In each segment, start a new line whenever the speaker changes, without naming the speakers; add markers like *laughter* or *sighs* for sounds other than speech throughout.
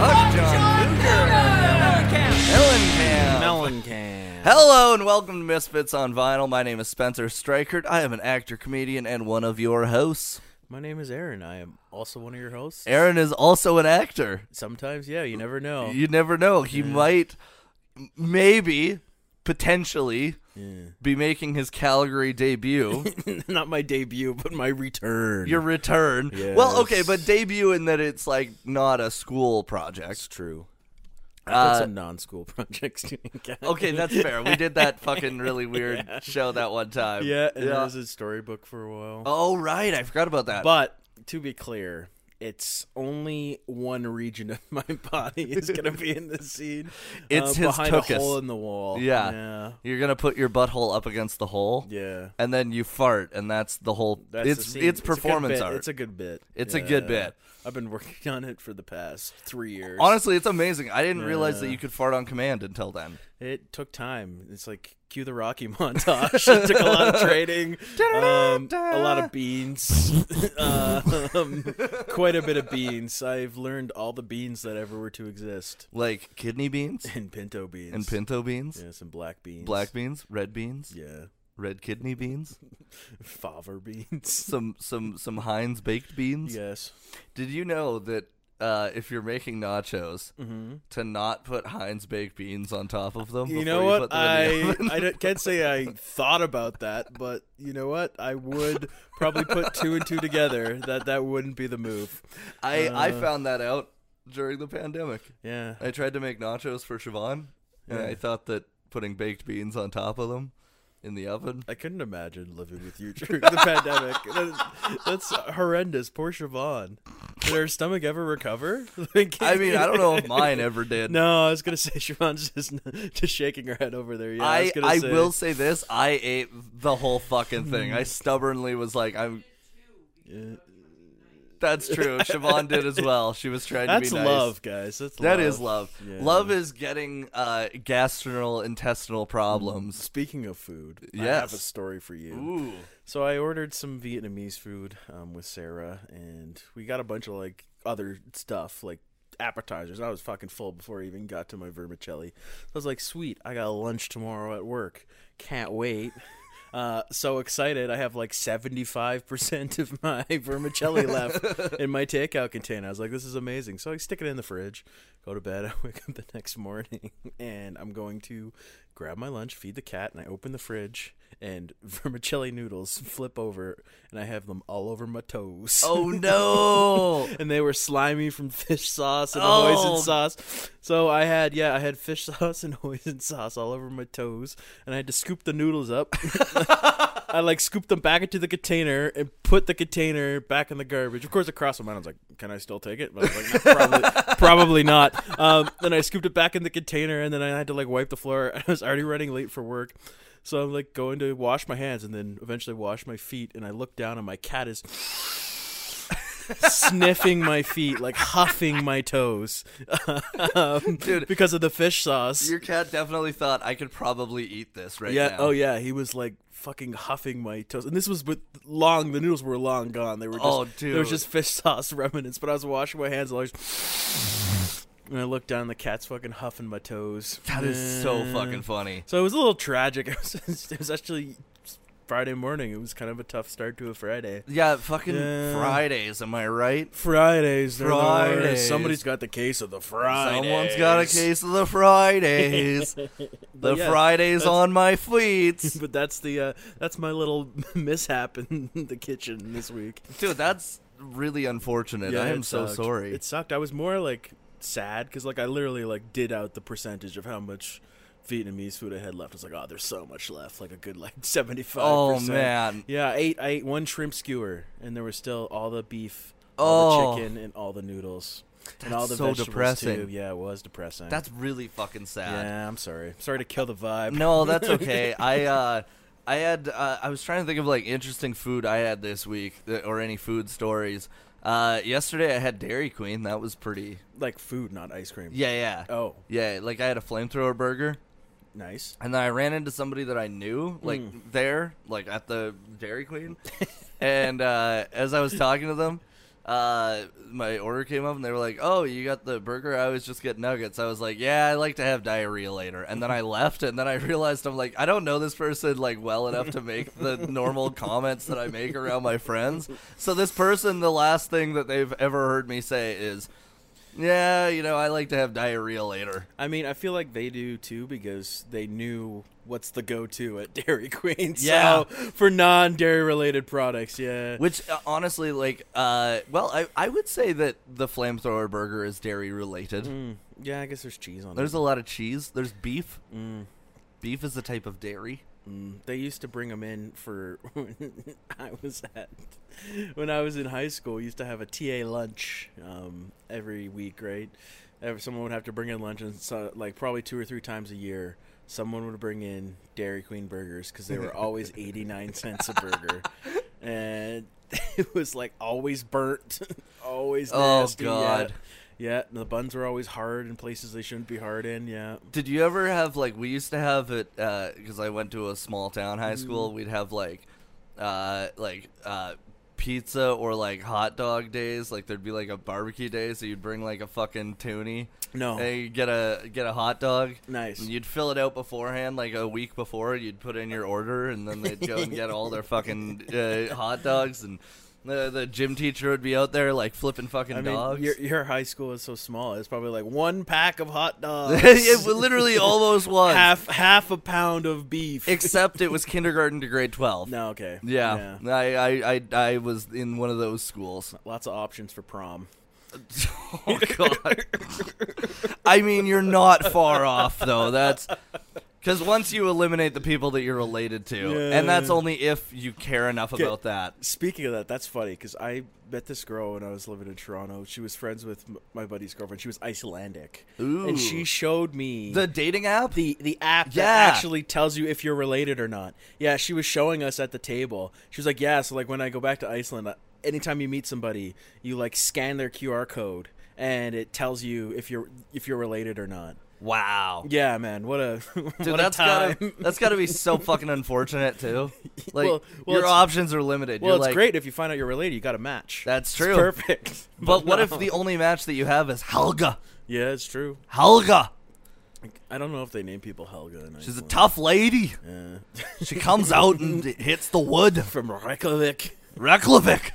*laughs*
Hello and welcome to Misfits on Vinyl. My name is Spencer Streichert. I am an actor, comedian, and one of your hosts.
My name is Aaron. I am also one of your hosts.
Aaron is also an actor.
Sometimes, yeah, you never know.
You never know. He might, maybe, potentially, be making his Calgary debut.
*laughs* Not my debut, but my return.
Your return. Well, okay,
Yes.
but debut in that it's like not a school project.
It's true. I
Uh,
did some non-school *laughs* projects doing Calgary.
Okay, that's fair. We did that fucking really weird show that one time.
*laughs* Yeah, and it was a storybook for a while.
Oh right, I forgot about that.
But to be clear, it's only one region of *laughs* my body is going to be in the scene. uh,
It's his
behind
tuchus.
a hole in the wall.
Yeah.
yeah,
You're gonna put your butthole up against the hole.
yeah.
and then you fart, and that's the whole.
That's the
it's
scene.
it's
a good
performance
bit.
art.
It's a good bit.
It's a good
Yeah.
bit.
I've been working on it for the past three years.
Honestly, it's amazing. I didn't realize that
Yeah.
you could fart on command until then.
It took time. It's like cue the Rocky *laughs* montage. it took a lot of training, um, a lot of beans, *laughs* um, quite a bit of beans. I've learned all the beans that ever were to exist,
Like kidney
*laughs*
beans
and pinto beans,
and pinto beans,
yes, and black beans,
black beans, red beans,
yeah, *laughs*
red kidney beans, *laughs*
fava beans,
some some some Heinz baked beans.
yes.
Did you know that uh, if you're making nachos, to not put Heinz baked beans on top of them?
Mm-hmm. You
before
know
put
what?
them in the
I
oven?
*laughs*
*laughs*
I don't- can't say I thought about that, but you know what? I would probably put two and two together that that wouldn't be the move.
I, I
uh,
found that out during the pandemic.
Yeah.
I tried to make nachos for Siobhan, and I thought that putting baked beans on top of them in the
*laughs*
oven.
I couldn't imagine living with you *laughs* during the pandemic. That- That's horrendous. Poor Siobhan. Did her stomach ever recover? *laughs* Like-
I mean, I don't know if mine ever did.
*laughs* No, I was gonna say Siobhan's just just shaking her head over there. Yeah, I,
I,
was gonna
I
say, Hmm.
will say this: I ate the whole fucking thing. I stubbornly was like, "I'm." That's
*laughs*
true. Siobhan did as well. She was trying
That's
to be nice.
love, guys. That's love.
That is love.
Yeah.
Love is getting uh, gastrointestinal problems.
Speaking of food, I
Yes.
have a story for you.
Ooh,
So I ordered some Vietnamese food um, with Sarah, and we got a bunch of like other stuff, like appetizers. I was fucking full before I even got to my vermicelli. So I was like, "Sweet, I got lunch tomorrow at work. Can't wait." Uh, so excited! I have like seventy-five percent of my *laughs* vermicelli left in my takeout container. I was like, "This is amazing!" So I stick it in the fridge, go to bed. *laughs* I wake up the next morning, and I'm going to grab my lunch, feed the cat, and I open the fridge, and *laughs* vermicelli noodles flip over, and I have them all over my toes.
oh no!
*laughs* and they were slimy from fish sauce and
Oh.
hoisin sauce. So I had yeah, I had fish *laughs* sauce and hoisin sauce all over my toes, and I had to scoop the noodles up. *laughs* I like scooped them back into the container and put the container back in the garbage. Of course, across my mind, I was like, "Can I still take it?" But I was like, "No, probably, probably not. Um, then I scooped it back in the container, and then I had to like wipe the floor. *laughs* I was already running late for work. So I'm like going to wash my hands and then eventually wash my feet and I look down and my cat is sniffing my feet, like huffing my toes, um,
Dude.
because of the fish sauce.
Your cat definitely thought I could probably eat this right
yeah.
now.
Oh yeah. He was like fucking huffing my toes, and this was with long. The noodles were long gone. They were just,
Oh,
There
dude.
was just fish sauce *laughs* remnants. But I was washing my hands, and I was, and I looked down. The cat's fucking huffing my toes.
That is so fucking funny.
So it was a little tragic. *laughs* It was, it was actually Friday morning. It was kind of a tough start to a Friday.
Yeah, fucking
Yeah.
Fridays, am I right?
Fridays, they're the worst.
Fridays.
Somebody's got the case of the Fridays.
Someone's got a case of the Fridays. the
yeah,
Fridays on my fleets.
*laughs* But that's the uh, that's my little *laughs* mishap in the kitchen this week.
Dude, that's really unfortunate. I
it
am so
sucked.
sorry.
It sucked. I was more like sad because like I literally like did out the percentage of how much Vietnamese food I had left. I was like, oh, there's so much left, like a good like *laughs* seventy five.
oh man.
Yeah, I ate I ate one shrimp skewer, and there was still all the beef,
Oh.
all the chicken, and all the noodles, and all
That's
the
so
vegetables
depressing.
too. Yeah, it was depressing.
That's really fucking sad.
yeah. I'm sorry. Sorry to kill the
*laughs*
vibe.
No, that's
*laughs*
okay. I uh I had uh, I was trying to think of like interesting food I had this week that, or any food stories. Uh yesterday I had Dairy Queen. That was pretty
like food, not ice cream.
Yeah, yeah.
Oh,
Yeah, like I had a flamethrower burger.
nice.
And then I ran into somebody that I knew, like there, like at the Dairy Queen. and uh, as I was talking to them, uh, uh, my order came up and they were like, "Oh, you got the burger? I always just get nuggets." I was like, "Yeah, I like to have diarrhea later." And then I left, and then I realized I'm like, I don't know this person like well enough to make the normal comments that I make around my friends. So this person, the last thing that they've ever heard me say is, "Yeah, you know, I like to have diarrhea later."
*laughs* I mean, I feel like they do too because they knew what's the go-to at *laughs* Dairy Queen. So
Yeah.
for non-dairy related products, yeah.
Which uh, honestly, like, uh, well, I I would say that the flamethrower burger is dairy related.
Mm, yeah, I guess there's cheese on
There's
it.
a lot of cheese. There's beef.
Mm,
Beef is a type of dairy.
mm. They used to bring them in for *laughs* when I was at when I was in high school. We used to have a TA lunch um, every week, right? Every, someone would have to bring in lunch, and so, like probably two or three times a year, someone would bring in Dairy Queen burgers because they
*laughs*
were always eighty nine cents a burger, and *laughs* it was like always burnt, *laughs* always
Oh,
nasty. yeah.
God.
Yeah, and the buns were always hard in places they shouldn't be hard in. Yeah.
Did you ever have like we used to have it because I went to a small town high school. We'd have like uh, like uh, pizza or like hot dog days. Like there'd be like a barbecue day, so you'd bring like a fucking toonie.
No.
and you'd get a get a hot dog.
Oh. Nice.
And you'd fill it out beforehand, like a week before. You'd put in your order, and then they'd go and get all their
*laughs*
fucking uh, hot dogs. And the, the gym teacher would be out there like flipping fucking
I mean,
dogs.
your your high school is so small. It's probably like one pack
*laughs*
of hot dogs,
*laughs* it
*laughs*
literally almost was.
half half a pound of beef.
except it was kindergarten to grade 12
no, okay,
yeah, I, I i i was in one of those schools
Lots of options for prom.
oh god i mean you're not far off though that's because once you eliminate the people that you're related to and that's
Yeah.
only if you care enough
Okay.
about that
Speaking of that, that's funny because I met this girl when I was living in Toronto. She was friends with m- my buddy's girlfriend. She was Icelandic,
Ooh.
and she showed me
the dating app
the the app
Yeah.
that actually tells you if you're related or not. Yeah, she was showing us at the table. She was like, "Yeah, so like when I go back to Iceland, uh, anytime you meet somebody, you like scan their QR code and it tells you if you're if you're related or not."
wow
Yeah, man, what a *laughs*
Dude,
what
that's
a time.
gotta that's gotta be so fucking unfortunate
*laughs*
too. Like
Well- well,
your
it's-
options are limited.
*laughs* well,
You're
it's
like,
great if you find out you're related. You got a match.
That's
It's
true.
perfect.
*laughs* But what
no.
if
*laughs*
the only match that you have is Helga?
Yeah, it's true.
Helga,
I don't know if they name people Helga. In
she's a
Iceland.
tough lady.
Yeah. *laughs*
She comes out and hits the wood.
from Reykjavik. *laughs*
Reykjavik!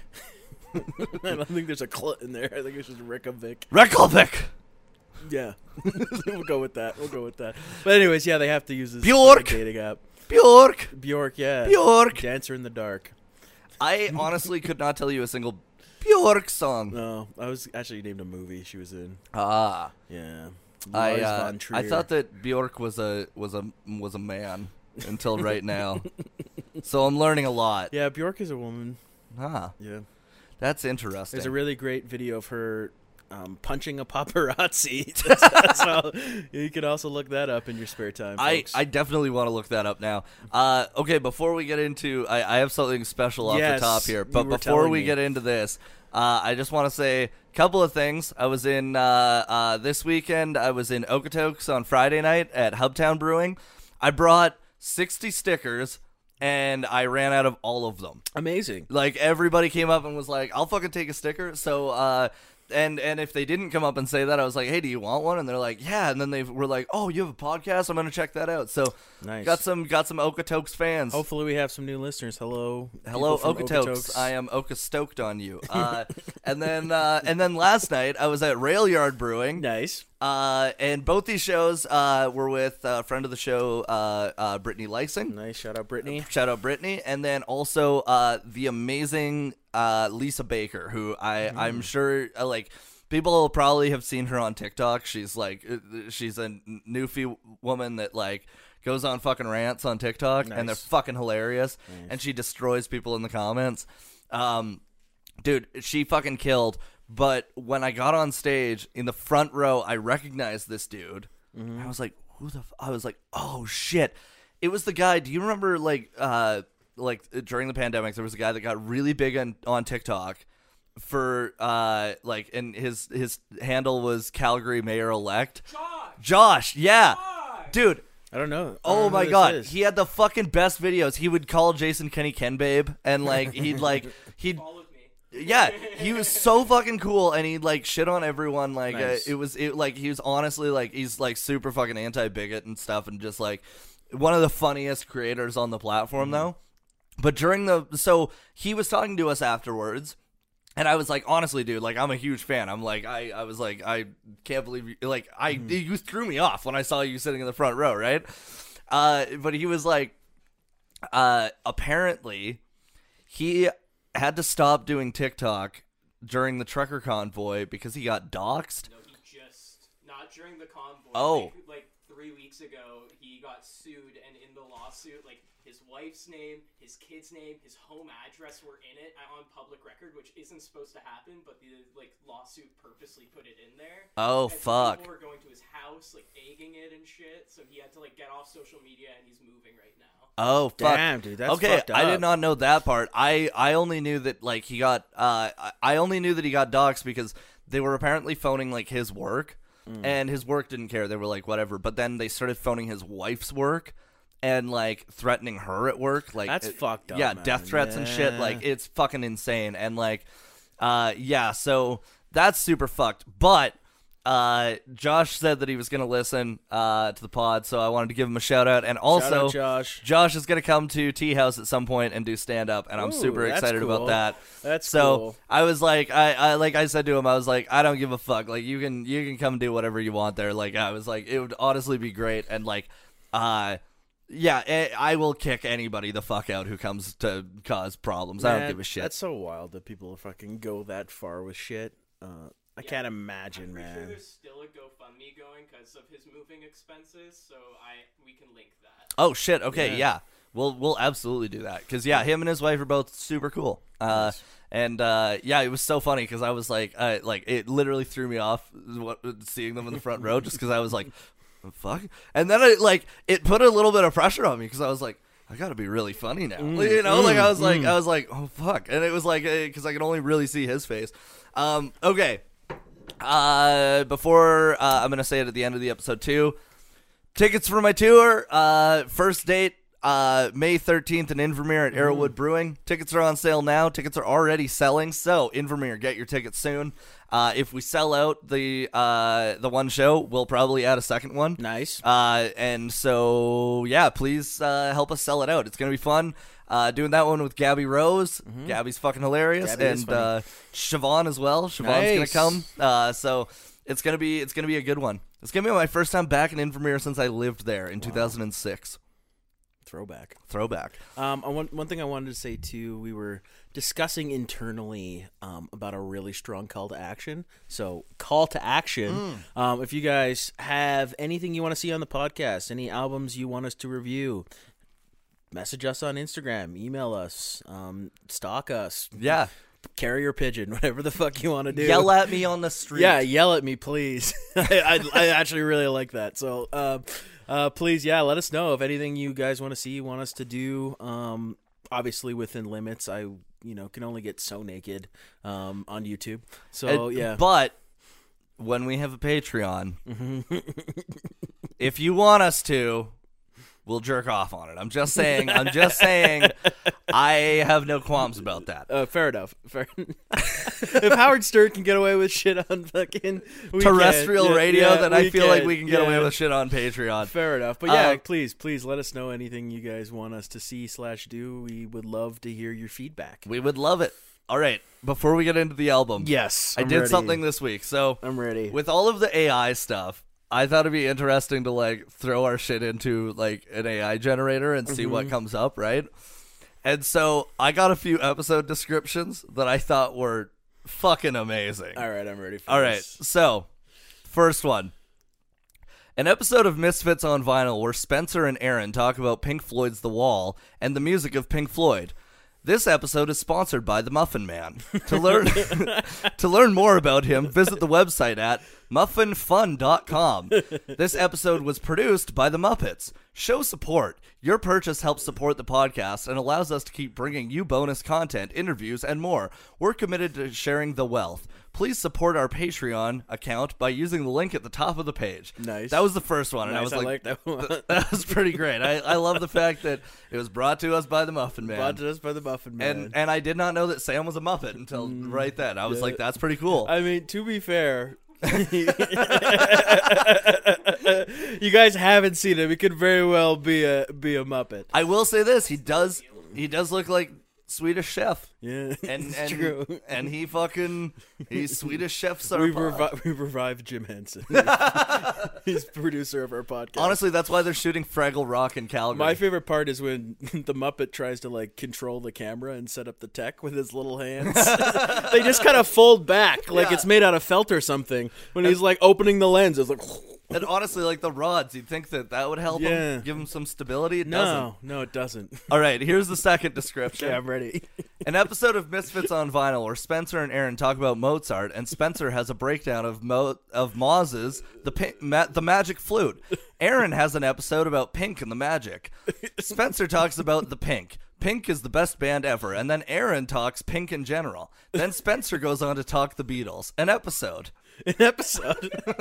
I don't think there's a clut in there. I think it's just Reykjavik.
Reykjavik!
Yeah, *laughs* we'll go with that. We'll go with that. But anyways, yeah, they have to use this
Bjork!
dating app.
Bjork!
Bjork, yeah,
Bjork!
Dancer in the Dark. *laughs*
I honestly could not tell you a single Bjork song.
No, I was actually named a movie she was in.
Ah.
Yeah,
I,
Lars
uh,
von Trier.
I thought that Bjork was a was a was a man until right
*laughs*
now. so I'm learning a lot.
Yeah, Bjork is a woman.
Ah,
Yeah,
that's interesting.
there's a really great video of her. Um, punching a paparazzi. *laughs* That's- that's how- you can also look that up in your spare time.
I,
folks.
I definitely want to look that up now. Uh, okay, before we get into, I, I have something special off
Yes,
the top here,
you
but
were
before
telling
we
me.
get into this, uh, I just want to say a couple of things. I was in uh, uh, this weekend. I was in Okotoks on Friday night at Hubtown Brewing. I brought sixty stickers, and I ran out of all of them
amazing.
like everybody came up and was like i'll fucking take a sticker so uh and and if they didn't come up and say that i was like hey do you want one and they're like yeah and then they were like oh you have a podcast i'm gonna check that out so
Nice.
got some got some okotoks fans
Hopefully, we have some new listeners. Hello,
Hello,
people from
Okotoks. I um, am Oka stoked on you. Uh, and then, uh, and then last night I was at Rail Yard Brewing.
nice.
Uh, and both these shows uh, were with uh, friend of the show, uh, uh, Brittany Lysing.
Nice shout out, Brittany.
Shout out Brittany, and then also uh, the amazing uh, Lisa Baker, who I I'm sure uh, like people probably have seen her on TikTok. She's like uh, she's a n- newfie woman that like goes on fucking rants on TikTok, and they're
Nice.
fucking hilarious. And she destroys people in the comments. Um, dude, she fucking killed. But when I got on stage in the front row, I recognized this dude. I was like, who the? F-? I was like, oh shit! It was the guy. Do you remember like uh like uh, during the pandemic, there was a guy that got really big on on TikTok for uh like and his his handle was Calgary Mayor Elect Josh. Josh, yeah, dude.
I don't know. I don't know
Oh
who
my
this
god,
is.
he had the
*laughs*
fucking best videos. He would call Jason Kenny Ken Babe, and like he'd like he'd yeah, he was so fucking cool, and he like shit on everyone. Like
Nice.
uh, it was it like he was honestly like he's like super fucking anti bigot and stuff, and just like one of the funniest creators on the platform though. But during the so he was talking to us afterwards. And I was like, honestly, dude, like I'm a huge fan. I'm like, I, I was like, I can't believe you, like I, you threw me off when I saw you sitting in the front row, right? Uh, but he was like, uh, apparently he had to stop doing TikTok during the trucker convoy because he got doxxed.
No, he just not during the convoy.
Oh.
Like, like three weeks ago, he got sued, and in the lawsuit, like his wife's name, his kid's name, his home address were in it uh, on public record, which isn't supposed to happen, but the like lawsuit purposely put it in there.
Oh
And so
fuck.
People were going to his house, like egging it and shit. So he had to like get off social media, and he's moving right now.
Oh fuck.
Damn, dude, that's
okay,
fucked
I
up.
did not know that part. I I only knew that like he got uh I- I only knew that he got doxxed because they were apparently phoning like his work
Mm.
and his work didn't care. They were like whatever, but then they started phoning his wife's work and like threatening her at work like
That's
it-
fucked up,
Yeah, death
man.
threats and shit
Yeah.
like it's fucking insane and like uh yeah, so that's super fucked. But uh, Josh said that he was gonna listen uh, to the pod, so I wanted to give him a shout out, and also
Shout out, Josh.
Josh is going to come to Tea House at some point and do stand up, and I'm
Ooh,
super
that's
excited about
cool.
that.
That's
so.
cool.
I was like, I, I like I said to him, I was like, I don't give a fuck. Like you can you can come do whatever you want there. Like I was like, it would honestly be great, and like, uh, yeah, eh, I will kick anybody the fuck out who comes to cause problems. I don't
Man,
give a shit.
That's so wild that people fucking go that far with shit. Uh, I can't imagine,
Pretty sure
man.
there's still a GoFundMe going because of his moving expenses, so I we can link that.
Oh shit. Okay, yeah.
Yeah.
We'll we'll absolutely do that cuz yeah, him and his wife are both super cool. Uh and uh yeah, it was so funny cuz I was like uh, like it literally threw me off what, seeing them in the front row just cuz I was like fuck. And then it like it put a little bit of pressure on me cuz I was like I gotta be really funny now, you know. like I was like, I was like, oh fuck, and it was like, because I could only really see his face. Um, okay, uh, before uh, I'm gonna say it at the end of the episode too. Tickets for my tour. Uh, first date, uh, May 13th in Invermere at Arrowwood Brewing. Tickets are on sale now. Tickets are already selling. So Invermere, get your tickets soon. Uh, if we sell out the uh, the one show, we'll probably add a second one.
Nice.
Uh, and so, yeah, please uh, help us sell it out. It's gonna be fun. Uh, doing that one with Gabby Rose. Gabby's fucking hilarious,
Mm-hmm. Gabby is
and
funny.
uh, Siobhan as well. Siobhan's
Nice.
gonna come. Uh, so it's gonna be it's gonna be a good one. It's gonna be my first time back in Invermere since I lived there in 2006.
Throwback.
Throwback.
Um, I want, one thing I wanted to say too, we were discussing internally um, about a really strong call to action. So, call to action.
Hmm.
Um, if you guys have anything you want to see on the podcast, any albums you want us to review, message us on Instagram, email us, um, stalk us,
Yeah.
carrier pigeon, *laughs* whatever the fuck you want to do.
Yell at me on the street.
*laughs* Yeah, yell at me, please. *laughs* I, I, I actually really like that. So, um, uh, please, yeah, let us know if anything you guys want to see, want us to do. Um, obviously within limits. I, you know, can only get so naked um, on YouTube. So
And-
Oh, yeah,
But when we have a Patreon, if you want us to, we'll jerk off on it. I'm just saying. I'm just saying. I have no qualms about that.
uh, fair enough. *laughs* Fair.
*laughs*
if Howard Stern can get away with shit on fucking we can.
Terrestrial
Yeah,
radio,
yeah,
then I feel like
can.
we can get away
Yeah.
with shit on Patreon.
Fair enough, but yeah,
Uh,
please, please let us know anything you guys want us to see slash do. We would love to hear your feedback.
We would love it. All right. Before we get into the album,
Yes,
I
I'm
did
ready.
something this week. So
I'm ready.
with all of the AI stuff, I thought it'd be interesting to like throw our shit into like an AI generator and see
Mm-hmm.
what comes up, right? And so I got a few episode descriptions that I thought were fucking amazing.
All right, I'm ready. For
All right.
this.
So, first one. An episode of Misfits on Vinyl where Spencer and Aaron talk about Pink Floyd's The Wall and the music of Pink Floyd. This episode is sponsored by The Muffin Man. To
*laughs*
learn to learn more about him, visit the website at muffinfun.com. This episode was produced by The Muppets. Show support. Your purchase helps support the podcast and allows us to keep bringing you bonus content, interviews, and more. We're committed to sharing the wealth. please support our Patreon account by using the link at the top of the page.
Nice.
That was the first one, and I
Nice,
was
I
like, *laughs*
like that one.
"Th- that was pretty great. I, I love the fact that it was brought to us by the Muffin Man.
Brought to us by the Muffin Man. Mm,
and and I did not know that Sam was a Muppet until right then. I was like, that's pretty cool.
I mean, to
*laughs*
be fair, you guys haven't seen him. He could very well be a be a Muppet.
I will say this: he does he does look like Swedish Chef,
Yeah,
and
*laughs* it's
and
true.
and he fucking
*laughs*
he's Swedish Chef
we,
Sarpov.
revi- we revived Jim
*laughs*
Henson. He's producer of our podcast.
Honestly, that's why they're shooting Fraggle Rock in Calgary.
My favorite part is when *laughs* the Muppet tries to like control the camera and set up the tech with his little *laughs* hands. they just kind of fold back like
Yeah.
it's made out of felt or something. When he's like opening the lens, it's like *laughs*
and honestly, like the rods, you'd think that that would help
Yeah.
him, give him some stability. It doesn't.
no, no, it doesn't. *laughs*
All right, here's the second description.
Yeah, I'm ready. *laughs*
An episode of Misfits on Vinyl where Spencer and Aaron talk about Mozart, and Spencer has a breakdown of Mo- of Moz's the Pi- ma- the Magic Flute. Aaron has an episode about Pink and the Magic. Spencer talks about the Pink. Pink is the best band ever, and then Aaron talks Pink in general. Then Spencer goes on to talk the Beatles. An episode.
An episode. *laughs*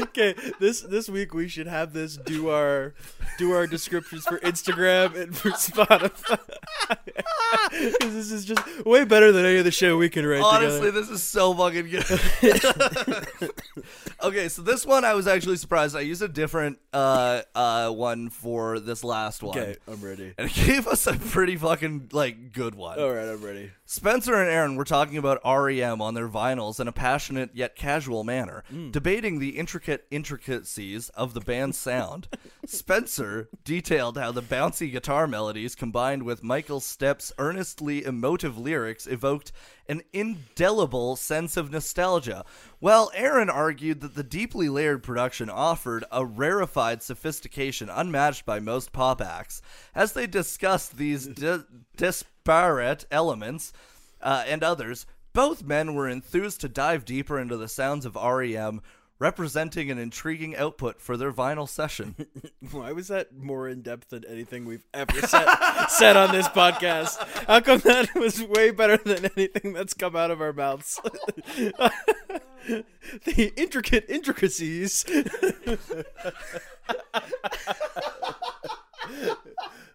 okay, this this week we should have this do our do our descriptions for Instagram and for Spotify. *laughs* 'Cause this is just way better than any of the show we can write
Honestly,
together.
this is so fucking good. *laughs* okay, so this one I was actually surprised. I used a different uh, uh, one for this last one.
Okay, I'm ready.
and it gave us a pretty fucking like good one.
All right, I'm ready.
Spencer and Aaron were talking about REM on their vinyls in a passionate yet casual manner, debating the intricate intricacies of the band's sound. Spencer detailed how the bouncy guitar melodies combined with Michael Stepp's earnestly emotive lyrics evoked an indelible sense of nostalgia, while Aaron argued that the deeply layered production offered a rarefied sophistication unmatched by most pop acts. As they discussed these di- disparate elements uh, and others, both men were enthused to dive deeper into the sounds of REM, representing an intriguing output for their vinyl
*laughs*
session.
Why was that more in depth than anything we've ever said, said on this podcast? How come that was way better than anything that's come out of our mouths? *laughs* the intricate intricacies.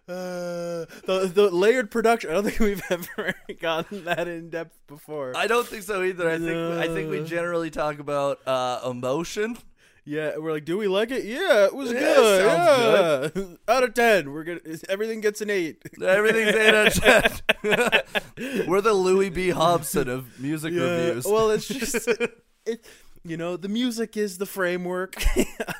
Uh, the, the layered production. I don't think we've *laughs* ever gotten that in depth before.
I don't think so either. I think I think we generally talk about uh, emotion.
Yeah, we're like, do we like it? Yeah, it was
Yeah,
good.
sounds
yeah. Out of ten, we're gonna everything gets an eight.
Everything's eight out of ten. *laughs* We're the Louis B. Hobson of music reviews.
Well, it's just it, you know, the music is the framework *laughs*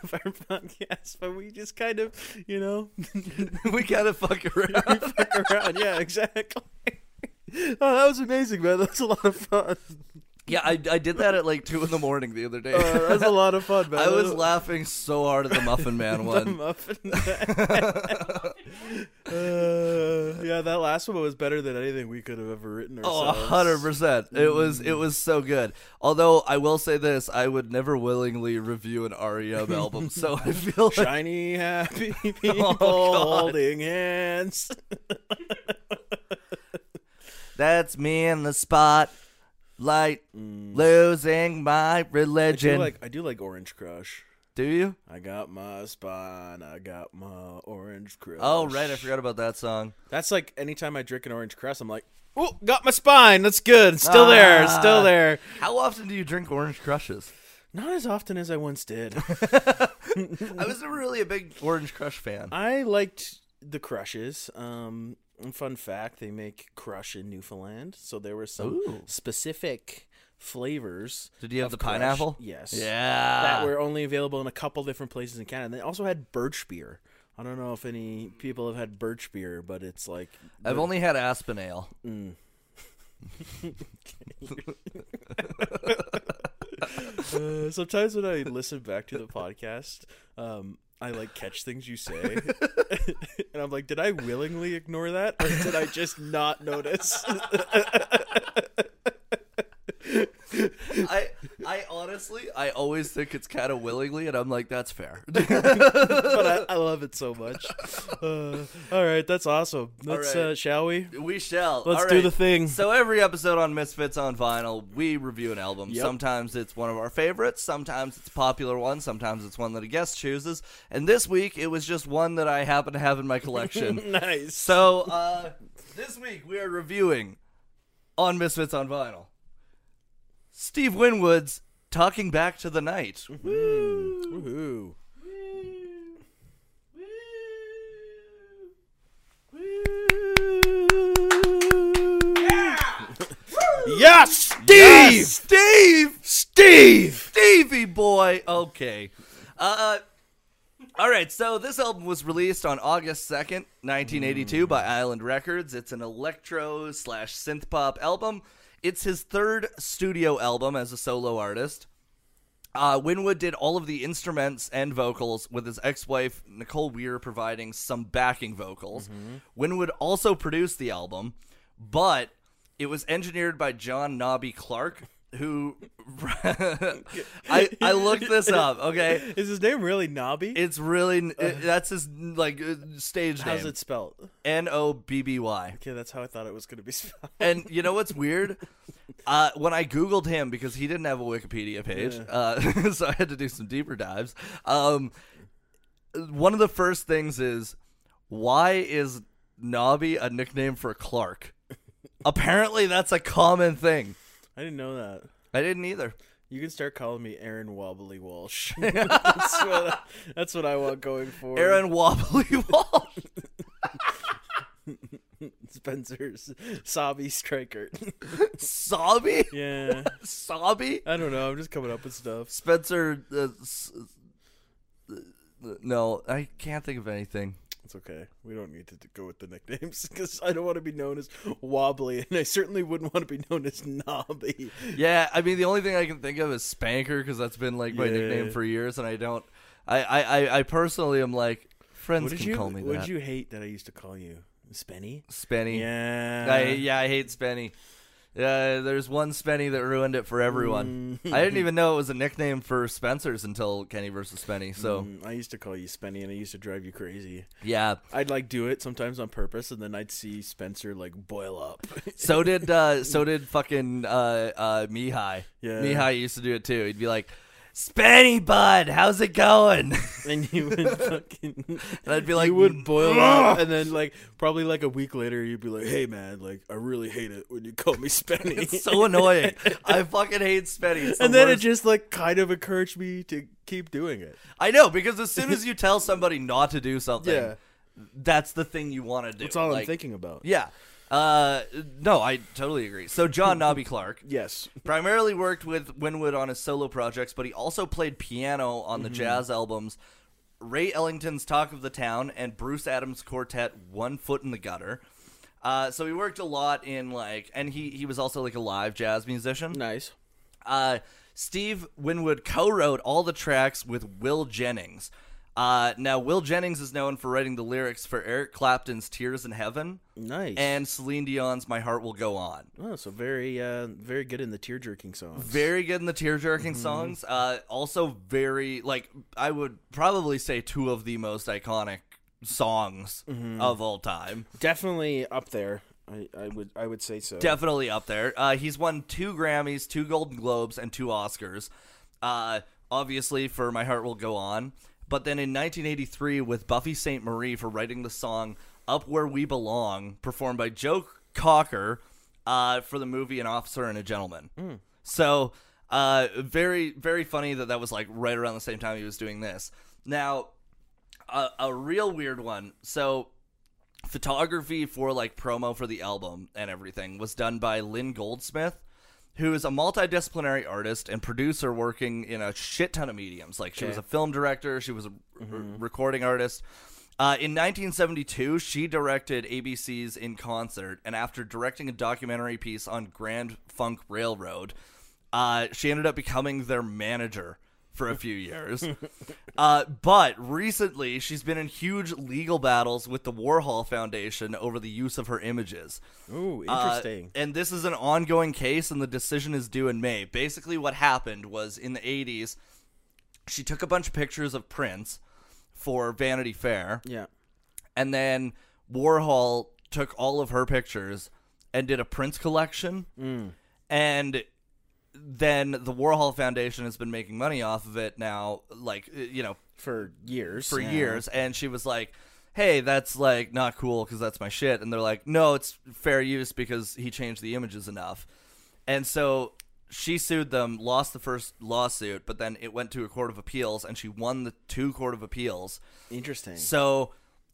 of our podcast, but we just kind of, you know,
*laughs*
*laughs*
we gotta fuck around.
fuck around. Yeah, exactly. *laughs* Oh, that was amazing, man. That was a lot of fun.
yeah, I, I did that at like two in the morning the other day.
Uh, that was a lot of fun,
*laughs* I
man.
was laughing so hard at the Muffin Man
*laughs* The
one.
muffin. uh, yeah, that last one was better than anything we could have ever written
Oh,
ourselves.
a hundred percent. It was
Mm.
it was so good. Although I will say this, I would never willingly review an
*laughs*
REM album. So I feel like
Shiny,
*laughs*
happy people
Oh, God.
holding hands.
that's me in the spotlight, losing my
Mm. I do
religion.
like I do like Orange Crush.
do you?
I got my spine. I got my orange crush.
Oh right, I forgot about that song.
That's like anytime I drink an orange crush, I'm like, oh, got my spine. That's good. It's Still there. It's
Ah.
Still there.
How often do you drink Orange Crushes?
Not as often as I
*laughs*
once did.
I was never really a big Orange Crush fan.
I liked the crushes. Um, and fun fact: they make crush in Newfoundland, so there were some
Ooh.
specific flavors.
Did you have the
Crush.
pineapple?
Yes.
Yeah.
that were only available in a couple different places in Canada. They also had birch beer. I don't know if any people have had birch beer, but it's like
I've only had Aspen Ale.
uh, sometimes when I listen back *laughs* to the podcast, um, I like catch things you *laughs* say, and I'm like, did I willingly ignore that, or did I just not *laughs* notice? Mm.
I I honestly honestly, I always think it's kind of willingly, and I'm like, that's
*laughs*
fair.
but I, I love it so much. Uh, all right, that's awesome. Let's
right.
uh, shall we?
we shall.
Let's
All
do
right.
the thing.
So every episode on Misfits on Vinyl, we review an album.
Yep.
Sometimes it's one of our favorites, sometimes it's a popular one, sometimes it's one that a guest chooses. And this week, it was just one that I happen to have in my
*laughs*
collection.
*laughs* nice.
So uh, this week we are reviewing on Misfits on Vinyl. Steve Winwood's "Talking Back to the Night."
Woohoo. *laughs* Yes, Steve.
Yes, Steve,
Steve.
Stevie boy. Okay. Uh, all right. So this album was released on August second, nineteen eighty-two, by Island Records. It's an electro slash synth pop album. It's his third studio album as a solo artist. Uh, Winwood did all of the instruments and vocals, with his ex wife, Nicole Weir, providing some backing vocals. Winwood also produced the album, but it was engineered by John Nobby Clark, who. *laughs* I, I looked this up, okay?
Is his name really Nobby?
It's really. it- that's his, like, uh, stage
Uh-huh. How's
name
it spelled?
N O B B Y.
Okay, that's how I thought it was going to be *laughs* spelled.
And you know what's weird? Uh, when I Googled him because he didn't have a Wikipedia page, uh, *laughs* so I had to do some deeper dives. Um, one of the first things is why is Nobby a nickname for Clark? Apparently, that's a common thing.
I didn't know that.
I didn't either.
You can start calling me Aaron Wobbly *laughs* Walsh. that's, what I, that's what I want going forward.
Aaron Wobbly *laughs* Walsh.
Spencer's Sobby Striker. *laughs*
Sobby?
yeah.
Sobby?
I don't know. I'm just coming up with stuff.
Spencer. Uh, s- uh, no, I can't think of anything.
It's okay. We don't need to d- go with the nicknames *laughs* because I don't want to be known as Wobbly, and I certainly wouldn't want to be known as Nobby.
Yeah, I mean the only thing I can think of is Spanker because that's been like my
Yeah.
nickname for years, and I don't. I I I, I personally am like friends
What did
can
you?
call me
what
that.
did you hate that I used to call you? Spenny?
Spenny.
Yeah.
I, yeah, I hate Spenny. Uh, there's one Spenny that ruined it for everyone.
Mm.
I didn't even know it was a nickname for Spencer's until Kenny versus Spenny. So
Mm, I used to call you Spenny, and I used to drive you crazy.
yeah,
I'd like do it sometimes on purpose, and then I'd see Spencer like boil up.
so did uh, so did fucking uh, uh, Mihai.
Yeah.
Mihai used to do it too. He'd be like, "Spenny bud, how's it going?"
*laughs* and you *laughs* would fucking
And I'd be like, "Mm,
you would boil *laughs* up, and then like probably like a week later, you'd be like, "Hey man, like I really hate it when you call me Spenny."
It's
*laughs*
so annoying. I fucking hate Spenny. It's the
and then
worst.
it just like kind of encouraged me to keep doing it.
I know because as soon as you tell somebody not to do something,
Yeah.
that's the thing you want to do.
That's all I'm
Like,
thinking about.
Yeah. Uh, no, I totally agree. So John Nobby Clark
Yes.
primarily worked with Winwood on his solo projects, but he also played piano on the jazz albums Ray Ellington's Talk of the Town and Bruce Adams' quartet One Foot in the Gutter. Uh, so he worked a lot in like, and he he was also like a live jazz musician.
Nice.
Uh, Steve Winwood co-wrote all the tracks with Will Jennings. Uh, now, Will Jennings is known for writing the lyrics for Eric Clapton's "Tears in Heaven"
Nice.
and Celine Dion's "My Heart Will Go On."
oh, so very, uh, very good in the tear jerking songs.
Very good in the tear jerking songs. Uh, also, very like I would probably say two of the most iconic songs of all time.
Definitely up there. I, I would, I would say so.
definitely up there. Uh, he's won two Grammys, two Golden Globes, and two Oscars. Uh, obviously, for My Heart Will Go On. But then in 1983, with Buffy St. Marie for writing the song Up Where We Belong, performed by Joe Cocker uh, for the movie An Officer and a Gentleman. So, uh, very, very funny that that was like right around the same time he was doing this. Now, a, a real weird one. So photography for like promo for the album and everything was done by Lynn Goldsmith, who is a multidisciplinary artist and producer working in a shit ton of mediums. Like she was a film director, she was a r- recording artist. Uh, in 1972, she directed ABC's In Concert, and after directing a documentary piece on Grand Funk Railroad, uh, she ended up becoming their manager for a few years. Uh, but recently, she's been in huge legal battles with the Warhol Foundation over the use of her images.
Ooh,
Uh,
interesting.
and this is an ongoing case, and the decision is due in May. Basically, what happened was in the 80s, she took a bunch of pictures of Prince for Vanity Fair,
yeah.
and then Warhol took all of her pictures and did a Prince collection.
Mm.
And then the Warhol Foundation has been making money off of it now, like, you know,
For years.
for
Yeah.
years and she was like hey that's like not cool because that's my shit and they're like no it's fair use because he changed the images enough and so she sued them lost the first lawsuit but then it went to a court of appeals and she won the two court of appeals
Interesting.
so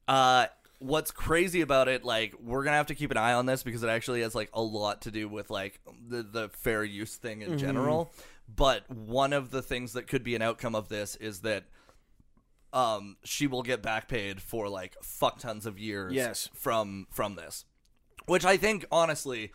uh what's crazy about it like we're gonna have to keep an eye on this because it actually has like a lot to do with like the, the fair use thing in general but one of the things that could be an outcome of this is that um she will get back paid for like fuck tons of years
Yes.
from from this which i think honestly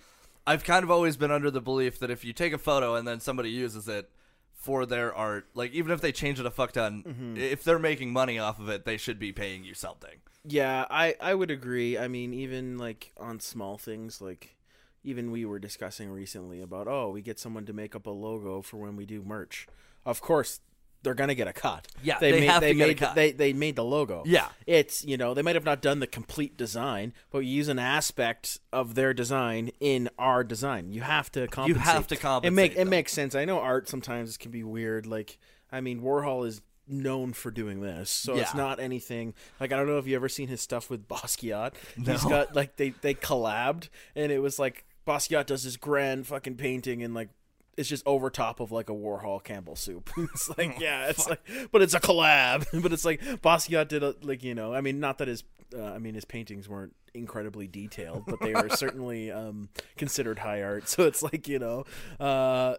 i've kind of always been under the belief that if you take a photo and then somebody uses it for their art like even if they change it a fuck ton
Mm-hmm.
if they're making money off of it they should be paying you something
Yeah, I I would agree. I mean, even like on small things like even we were discussing recently about oh, we get someone to make up a logo for when we do merch. Of course, they're gonna get a cut.
Yeah, they have to get a
made the-
cut.
they they made the logo.
Yeah.
it's you know they might have not done the complete design, but you use an aspect of their design in our design. You have to compensate.
to
It make
compensate
it
them.
makes sense. I know art sometimes can be weird. Like I mean, Warhol is known for doing this, so it's
Yeah.
not not anything. Like I don't know if you ever seen his stuff with Basquiat. He's
No.
got like they they collabed, and it was like Basquiat does this grand fucking painting, and like it's just over top of like a Warhol Campbell soup. *laughs* it's like yeah, it's like but it's a collab. *laughs* but it's like Basquiat did a like you know I mean not that his uh, I mean his paintings weren't incredibly detailed, but they were certainly um, considered high art. *laughs* So it's like you know uh,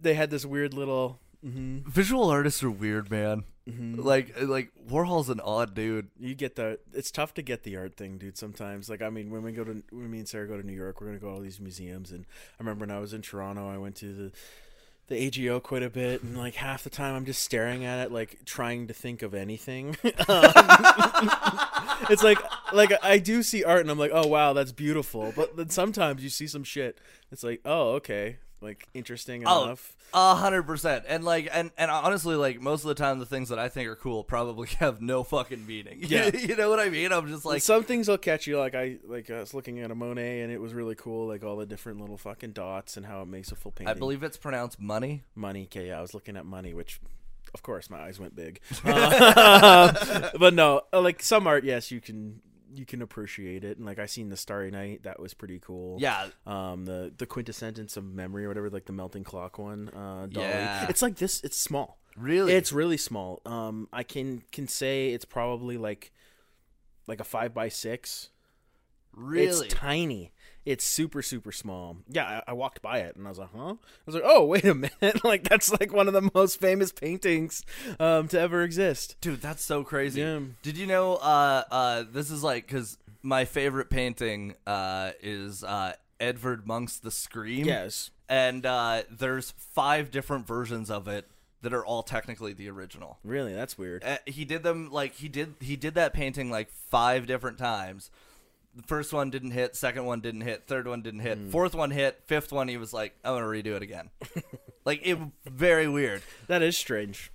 they had this weird little.
visual artists are weird man
Mm-hmm.
like uh, like warhol's an odd dude
You get the. It's tough to get the art thing, dude. Sometimes, like I mean, when we go to when me and Sarah go to New York, we're gonna go to all these museums. And I remember when I was in Toronto, I went to the the AGO quite a bit, and like half the time I'm just staring at it, like trying to think of anything. *laughs* Um, it's like like I do see art, and I'm like, oh wow, that's beautiful. But then sometimes you see some shit. It's like, oh okay, like interesting
Oh,
enough.
a hundred percent and like and and honestly like most of the time the things that i think are cool probably *laughs* have no fucking meaning *laughs*
Yeah.
you know what i mean i'm just like
some things will catch you like i like i was looking at a monet and it was really cool like all the different little fucking dots and how it makes a full
i
painting
believe it's pronounced money
money okay yeah, i was looking at money which of course my eyes went
*laughs*
big *laughs* Uh, but no uh, like some art yes you can you can appreciate it and like i seen the starry night that was pretty cool
yeah
um the the quintessence of memory or whatever like the melting clock one uh Dali.
Yeah.
it's like this it's small
really
it's really small. Um, I can can say it's probably like like a five by six.
really
It's tiny. It's super super small. Yeah, I, I walked by it and I was like, huh? I was like, oh wait a *laughs* minute! like that's like one of the most famous paintings um, to ever exist.
Dude, that's so crazy.
Yeah.
Did you know? Uh, uh, this is like because my favorite painting uh, is uh, Edvard Munch's The Scream.
Yes.
and uh, there's five different versions of it that are all technically the original.
Really, that's weird.
Uh, he did them like he did he did that painting like five different times. The first one didn't hit, second one didn't hit, third one didn't
Hmm.
hit, fourth one hit, fifth one he was like, I'm gonna redo it
*laughs*
again. like it very weird.
That is strange.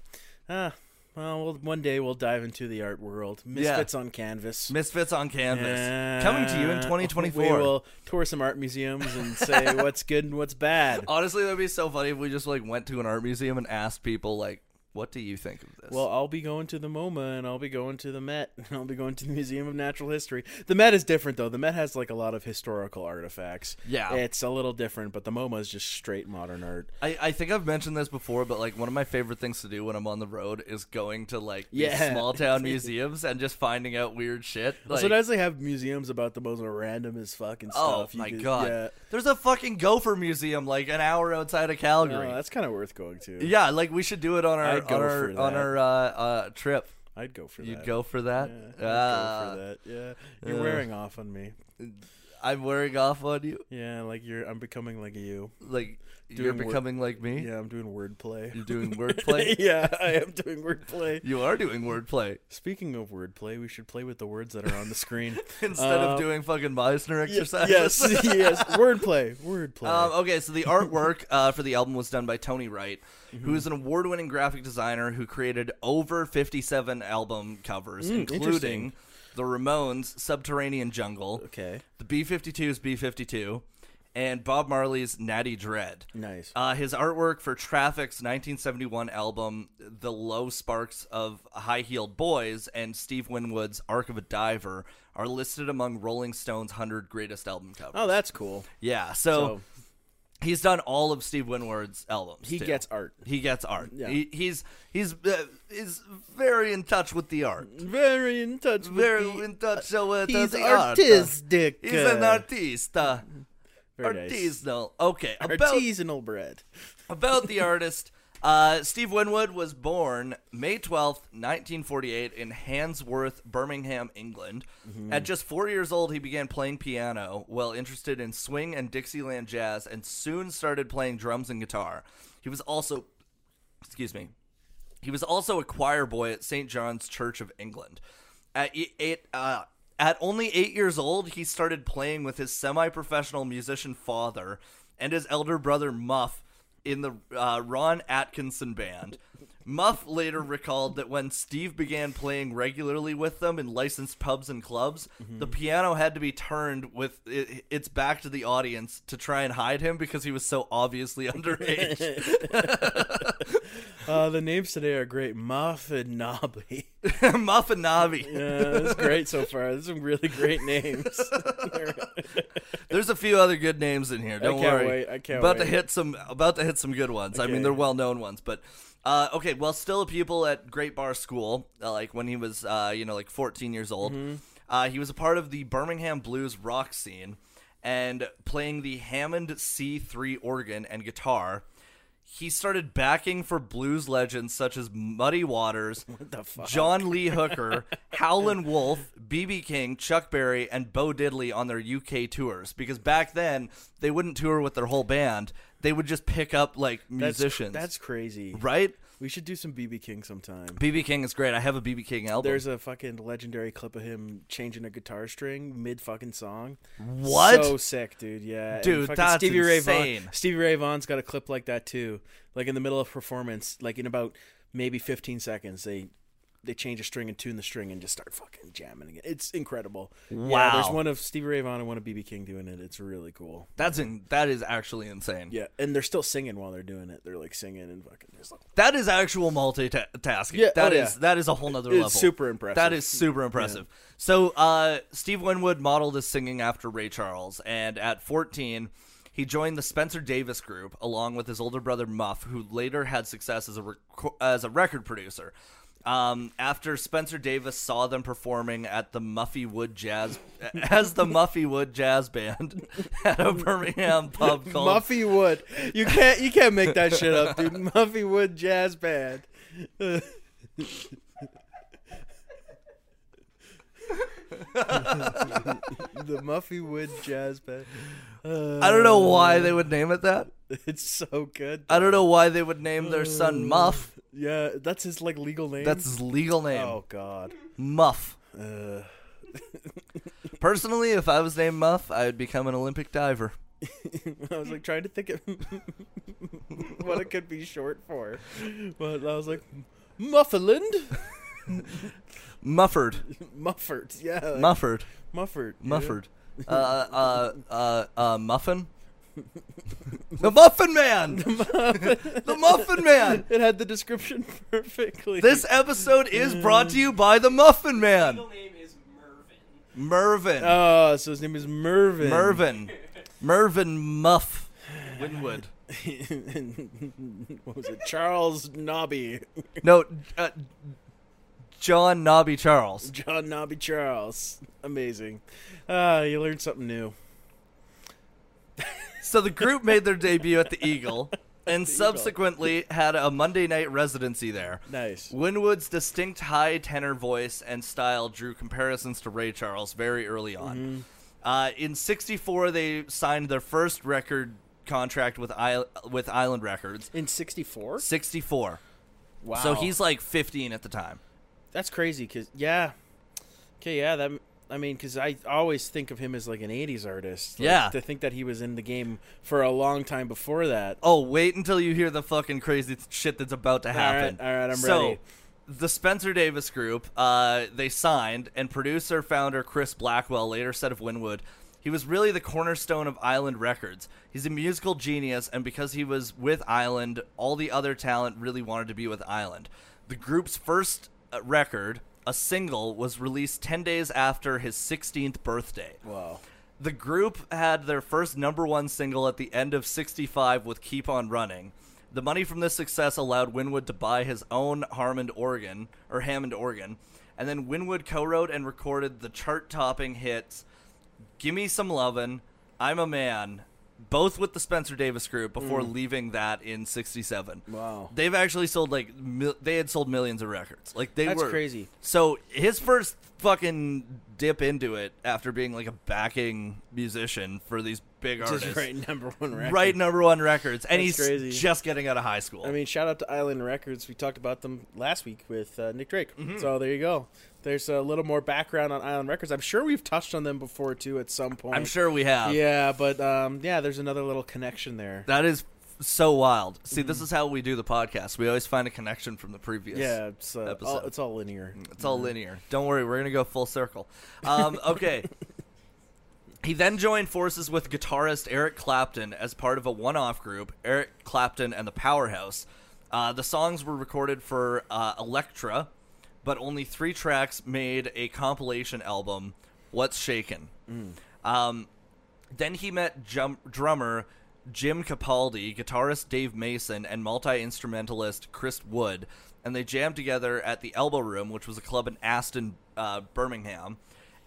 Ah, well, we'll one day we'll dive into the art world. Misfits on canvas.
Misfits on canvas.
Yeah.
Coming to you in 2024.
We will tour some art museums
*laughs*
and say what's good and what's bad.
Honestly, that'd be so funny if we just like went to an art museum and asked people like, "What do you think of this?"
Well, I'll be going to the MoMA and I'll be going to the Met *laughs* and I'll be going to the Museum of Natural History. The Met is different though. The Met has like a lot of historical artifacts.
Yeah.
It's a little different, but the MoMA is just straight modern art.
I, I think I've mentioned this before, but like one of my favorite things to do when I'm on the road is going to like these
Yeah.
small
*laughs*
town museums and just finding out weird shit. Like,
Sometimes they have museums about the most random as fucking
oh
stuff.
my
could-
god,
Yeah.
there's a fucking gopher museum like an hour outside of Calgary.
Oh, that's kind of worth going to.
yeah, like we should do it on our
I'd go
on our
for
on
that.
our uh, uh, trip.
I'd go for that.
You'd go for that.
Yeah, I'd
Ah.
go for that. Yeah. You're wearing off on me.
I'm wearing off on you.
Yeah, like you're. I'm becoming like you.
Like you're
Doing work.
becoming like me.
Yeah, I'm doing wordplay.
You're Hmm?
*laughs*
doing wordplay.
yeah, I am doing wordplay.
You are doing
*laughs*
wordplay
Speaking of wordplay, we should play with the words that are on the screen
*laughs* instead
Uh,
of doing fucking Meisner
y-
exercises. *laughs*
Yes, *laughs* yes, wordplay, wordplay.
Um, okay, so
*laughs*
the artwork uh, for the album was done by Tony Wright,
Mm-hmm.
who is an award-winning graphic designer who created over 57 album covers, including
Mm, interesting.
the Ramones' "Subterranean Jungle,"
okay,
the B-52s "B-52," and Bob Marley's "Natty Dread."
nice.
Uh, his artwork for Traffic's 1971 album, The Low Sparks of High Heeled Boys, and Steve Winwood's Arc of a Diver are listed among Rolling Stone's 100 greatest album covers.
oh, that's cool.
yeah, so,
So-
he's done all of Steve Winwood's albums.
He
too.
gets art.
He gets art.
Yeah.
He, he's he's uh, is very in touch with the art.
Very in touch. with
Very
the-
in touch uh, with uh,
He's
the art.
artistic. uh,
He's an artista.
Very nice.
Artisanal. Okay, about *laughs*
Artisanal bread. *laughs*
about the artist. Uh, Steve Winwood was born May 12th, 1948, in Handsworth, Birmingham, England. At just four years old, he began playing piano while interested in swing and Dixieland jazz and soon started playing drums and guitar. He was also, excuse me, he was also a choir boy at St. John's Church of England. At e- eight, uh, at only eight years old, he started playing with his semi-professional musician father and his elder brother Muff in the uh, Ron Atkinson band. Muff later recalled that when Steve began playing regularly with them in licensed pubs and clubs, the piano had to be turned with i its back to the audience to try and hide him because he was so obviously underage. *laughs*
Uh, the names today are great. Muff
*laughs*
and Nobby.
Muff and Navi.
Yeah, Uh, that's great so far. There's some really great
*laughs*
names. *laughs*
There's a few other good names in here. Don't
can't
worry.
wait, I can't
about to
wait.
hit some. About to hit some good ones. I mean,
Okay.
they're well known ones, but. Uh, okay, well, still a pupil at Great Bar School, uh, like when he was, uh, you know, like 14 years old.
Mm-hmm.
Uh, he was a part of the Birmingham blues rock scene and playing the Hammond C3 organ and guitar. He started backing for blues legends such as Muddy Waters,
the fuck?
John Lee Hooker, Howlin' Wolf, BB King, Chuck Berry, and Bo Diddley on their UK tours because back then they wouldn't tour with their whole band; they would just pick up like
That's-
musicians.
That's, crazy.
right.
We should do some BB King sometime.
BB King is great. I have a BB King album.
There's a fucking legendary clip of him changing a guitar string mid fucking song.
What?
So sick, dude. Yeah, And
Dude,
fucking
that's
Stevie Ray
insane.
Vaughan. Stevie Ray Vaughan's got a clip like that too. Like in the middle of performance, like in about maybe 15 seconds, they they change a string and tune the string and just start fucking jamming again. It's incredible. Yeah, there's
Wow.
one of Stevie Ray Vaughan and one of BB King doing it. It's really cool.
That's in, that is actually insane.
Yeah, and they're still singing while they're doing it. They're like singing and fucking just like
That is actual multitasking.
Yeah,
That
oh,
is-
yeah.
that is a whole nother
It's
level.
super impressive.
That is super impressive. So uh, Steve Winwood modeled his singing after Ray Charles, and at 14, he joined the Spencer Davis Group along with his older brother Muff, who later had success as a rec- as a record producer. Um, after Spencer Davis saw them performing at the Muffy Wood Jazz *laughs* as the Muffy Wood Jazz Band *laughs* at a Birmingham pub called
Muffy Wood. You can't you can't make that shit up, dude. *laughs* Muffy Wood Jazz Band. *laughs* the Muffy Wood Jazz Band. Uh,
I don't know why they would name it that.
*laughs* It's so good.
I don't know why they would name their
Mm.
son Muff.
Yeah, that's his like legal name.
That's his legal name,
oh god.
Muff.
Uh, *laughs*
Personally, if I was named Muff, I would become an Olympic diver.
I was like trying to think of *laughs* what it could be short for, but I was like Muffinland, *laughs*
Mufford,
Muffert. Yeah, like,
Mufford,
Muffert. yeah.
Mufford. Uh, uh, uh, uh, Muffin. The Muffin
*laughs*
Man. the Muffin Man.
It had the description *laughs* perfectly.
This episode is brought to you by the Muffin Man,
Middle name is Mervin.
Mervin.
Oh, so his name is Mervin. *laughs*
Mervin. Mervin Muff. Winwood.
what was it? Charles Nobby. *laughs*
No, uh, John Nobby Charles.
John Nobby Charles. Amazing. Ah, you learned something new.
So the group made their debut at *laughs* the Eagle and subsequently had a Monday night residency there.
Nice.
Winwood's distinct high tenor voice and style drew comparisons to Ray Charles very early on. Uh, in '64, they signed their first record contract with I- with Island Records.
In 64?
'64.
Wow.
So he's like 15 at the time.
That's crazy cuz yeah. Okay, yeah, that I mean cuz I always think of him as like an 80s artist. Like,
Yeah.
To think that he was in the game for a long time before that.
Oh, wait until you hear the fucking crazy th- shit that's about to happen.
right, all right, I'm
so,
ready.
The Spencer Davis Group, uh, they signed, and producer founder Chris Blackwell later said of Winwood, he was really the cornerstone of Island Records. He's a musical genius, and because he was with Island, all the other talent really wanted to be with Island. The group's first uh, record, a single, was released 10 days after his 16th birthday.
Wow.
The group had their first number one single at the end of 65 with Keep On Running. The money from this success allowed Winwood to buy his own Hammond organ, or Hammond organ, and then Winwood co-wrote and recorded the chart-topping hits "Gimme Some Lovin'," "I'm a Man," both with the Spencer Davis Group before leaving that in '67.
Hmm. Wow.
They've actually sold like mil- they had sold millions of records. Like they
That's
were
crazy.
so his first fucking dip into it after being like a backing musician for these big artists, *laughs*
Just *laughs* right number 1 record.
right number one records, and
That's
he's
crazy.
just getting out of high school.
I mean, shout out to Island Records. We talked about them last week with uh, Nick Drake.
Mm-hmm.
So there you go. There's a little more background on Island Records. I'm sure we've touched on them before too at some point.
I'm sure we have.
Yeah, but um, yeah, there's another little connection there.
That is f- so wild. See, this is how we do the podcast. We always find a connection from the previous.
Mm-hmm. yeah, it's uh, all,
episode. Mm.
it's all linear.
It's all linear. Don't worry, we're gonna go full circle. Um, okay. He then joined forces with guitarist Eric Clapton as part of a one-off group, Eric Clapton and the Powerhouse. Uh, the songs were recorded for uh, Elektra, but only three tracks made a compilation album, "What's Shaken." Um, then he met jum- drummer Jim Capaldi, guitarist Dave Mason, and multi instrumentalist Chris Wood, and they jammed together at the Elbow Room, which was a club in Aston, uh, Birmingham.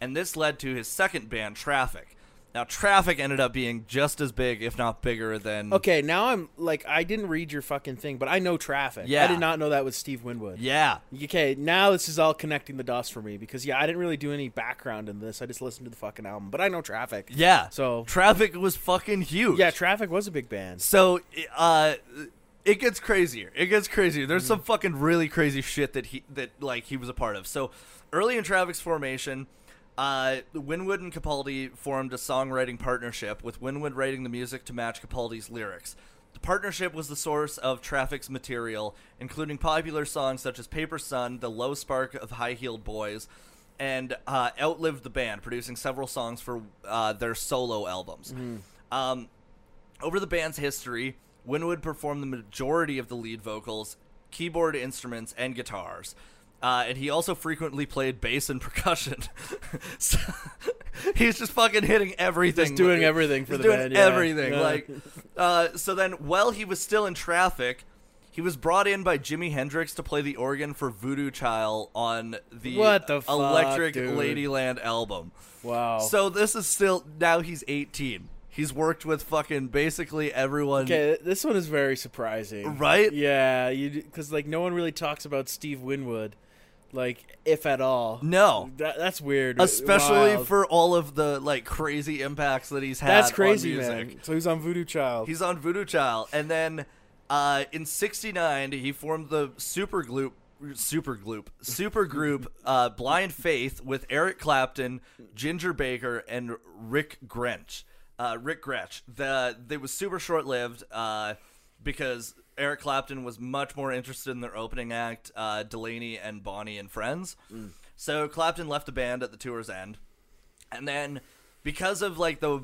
And this led to his second band, Traffic. Now, Traffic ended up being just as big, if not bigger, than.
Okay, now I'm like I didn't read your fucking thing, but I know traffic. I
Yeah.
did not know that was Steve Winwood.
Yeah.
Okay, now this is all connecting the dots for me because yeah, I didn't really do any background in this. I just listened to the fucking album, but I know traffic.
Yeah.
So-
Traffic was fucking huge.
Yeah, traffic was a big band.
So, uh, it gets crazier. It gets crazier. There's some fucking really crazy shit that he that like he was a part of. So, early in Traffic's formation, uh, Winwood and Capaldi formed a songwriting partnership with Winwood writing the music to match Capaldi's lyrics. The partnership was the source of Traffic's material, including popular songs such as Paper Sun, The Low Spark of High Heeled Boys, and uh, outlived the band, producing several songs for uh, their solo albums. Um, over the band's history, Winwood performed the majority of the lead vocals, keyboard instruments, and guitars. Uh, and he also frequently played bass and percussion. *laughs* so he's just fucking hitting everything.
Just doing everything for
He's
the
doing
band, yeah.
Everything.
Yeah.
Like, uh, so then, while he was still in traffic, he was brought in by Jimi Hendrix to play the organ for Voodoo Child on the,
What the fuck,
Electric
dude?
Ladyland album.
Wow.
So this is still now he's 18. He's worked with fucking basically everyone.
Okay, this one is very surprising,
Right?
Yeah, you because like no one really talks about Steve Winwood, like if at all.
No.
that, that's weird.
Especially
Wild.
for all of the like crazy impacts that he's had.
that's
on
crazy,
music.
man. So he's on Voodoo Child.
He's on Voodoo Child, and then uh, in '69 he formed the super group, super group, super group, uh, Blind Faith with Eric Clapton, Ginger Baker, and Rick Grench. Uh, Rick Gretsch. The they was super short lived uh, because Eric Clapton was much more interested in their opening act, uh, Delaney and Bonnie and Friends. So Clapton left the band at the tour's end and then because of like the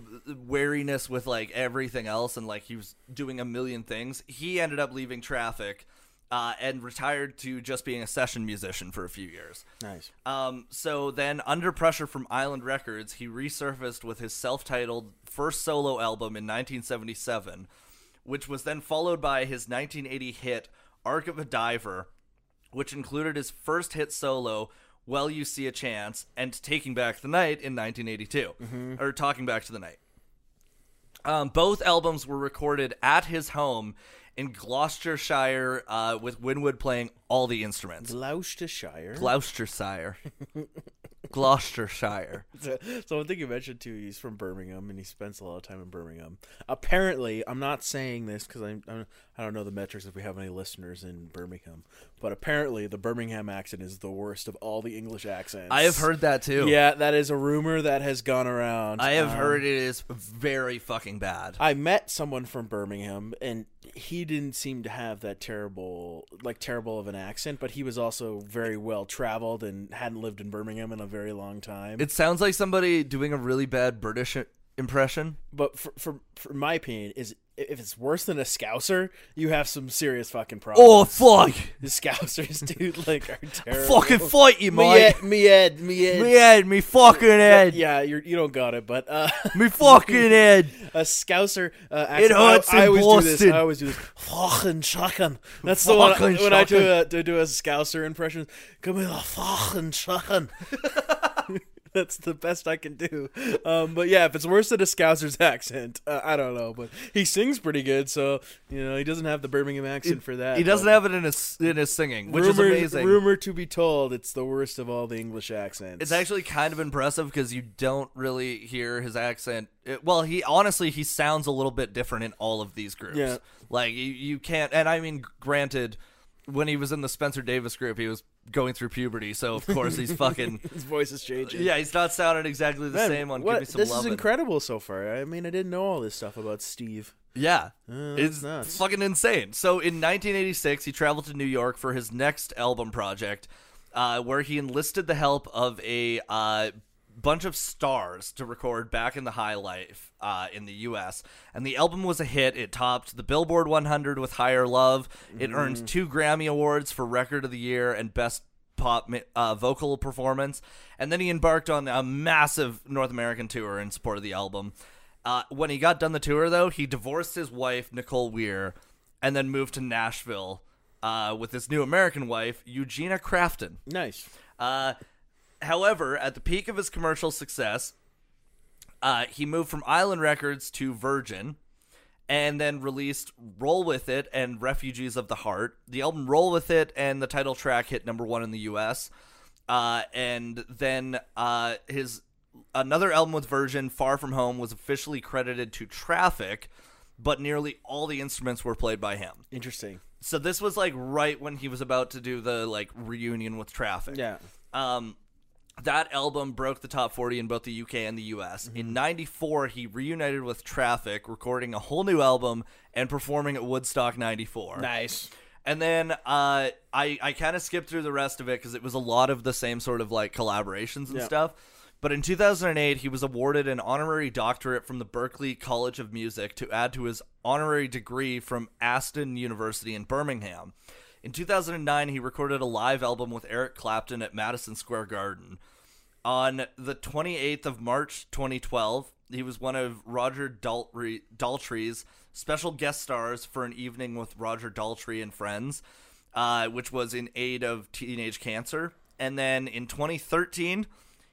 wariness with like everything else and like he was doing a million things he ended up leaving traffic uh, and retired to just being a session musician for a few years
nice.
um, so then, under pressure from Island Records, he resurfaced with his self titled first solo album in 1977, which was then followed by his 1980 hit, Arc of a Diver, which included his first hit solo, Well You See a Chance, and Taking Back the Night in 1982, or Talking Back to the Night. Um, both albums were recorded at his home in Gloucestershire uh, with Winwood playing all the instruments.
Gloucestershire.
Gloucestershire. *laughs* Gloucestershire.
So, *laughs* so one thing you mentioned too, he's from Birmingham and he spends a lot of time in Birmingham. Apparently, I'm not saying this because I'm, I'm I don't know the metrics if we have any listeners in Birmingham, but apparently the Birmingham accent is the worst of all the English accents.
I have heard that too.
Yeah, that is a rumor that has gone around.
I have
Um,
heard it is very fucking bad.
I met someone from Birmingham, and he didn't seem to have that terrible, like terrible of an accent, but he was also very well traveled and hadn't lived in Birmingham in a very long time.
It sounds like somebody doing a really bad British i- impression.
but for, for, for my opinion, is if it's worse than a Scouser, you have some serious fucking
Oh
problems.
fuck!
the Scousers, *laughs* dude, like are terrible.
Fucking fight you,
me
mate.
head, me head, me head.
Me head, me fucking head,
Yeah, you're, you don't got it, but uh,
*laughs* me fucking head. *laughs*
a Scouser uh, accent.
hurts
I, I
in
always do this.
Boston.
I always do this. Fucking shotgun. That's the one I-
Fucking
when I do
shotgun.
a, to do a Scouser impression. Come here, fucking shotgun. *laughs* That's the best I can do. Um, but yeah, if it's worse than a Scouser's accent, uh, I don't know. But he sings pretty good, so you know he doesn't have the Birmingham accent for that.
He doesn't
but
have it in his in his singing, which
rumor,
is amazing.
Rumor to be told, it's the worst of all the English accents.
It's actually kind of impressive because you don't really hear his accent. It- well, he honestly he sounds a little bit different in all of these groups.
Yeah.
Like you, you can't. And I mean, granted, when he was in the Spencer Davis group, he was going through puberty, so of course
*laughs*
he's fucking.
*laughs* his voice is changing.
Yeah, he's not sounding exactly the
Man,
same on
what-
Give Me Some
this
Love.
is incredible so far. I mean, I didn't know all this stuff about Steve.
Yeah.
Uh, that's
it's
nuts.
fucking insane. So in 1986, he traveled to New York for his next album project, uh, where he enlisted the help of a uh, bunch of stars to record Back in the High Life uh, in the US. And the album was a hit. It topped the Billboard 100 with Higher Love. It
Mm.
earned two Grammy Awards for Record of the Year and Best pop mi- uh, vocal performance. And then he embarked on a massive North American tour in support of the album. Uh, when he got done the tour, though, he divorced his wife, Nicole Weir, and then moved to Nashville uh, with his new American wife, Eugenia Crafton.
Nice.
Uh, however, at the peak of his commercial success, uh, he moved from Island Records to Virgin and then released Roll With It and Refugees of the Heart. The album Roll With It and the title track hit number one in the US. Uh, and then uh, his another album with Virgin, Far From Home, was officially credited to Traffic, but nearly all the instruments were played by him.
Interesting.
So this was like right when he was about to do the like reunion with Traffic.
Yeah.
Um, that album broke the top 40 in both the UK and the US. In 94, he reunited with Traffic, recording a whole new album and performing at Woodstock 94.
Nice.
And then uh, I, I kind of skipped through the rest of it because it was a lot of the same sort of like collaborations and
Yeah.
stuff. But in 2008, he was awarded an honorary doctorate from the Berklee College of Music to add to his honorary degree from Aston University in Birmingham. In 2009, he recorded a live album with Eric Clapton at Madison Square Garden. On the 28th of March 2012, he was one of Roger Daltrey, Daltrey's special guest stars for an evening with Roger Daltrey and friends, uh, which was in aid of teenage cancer. And then in 2013,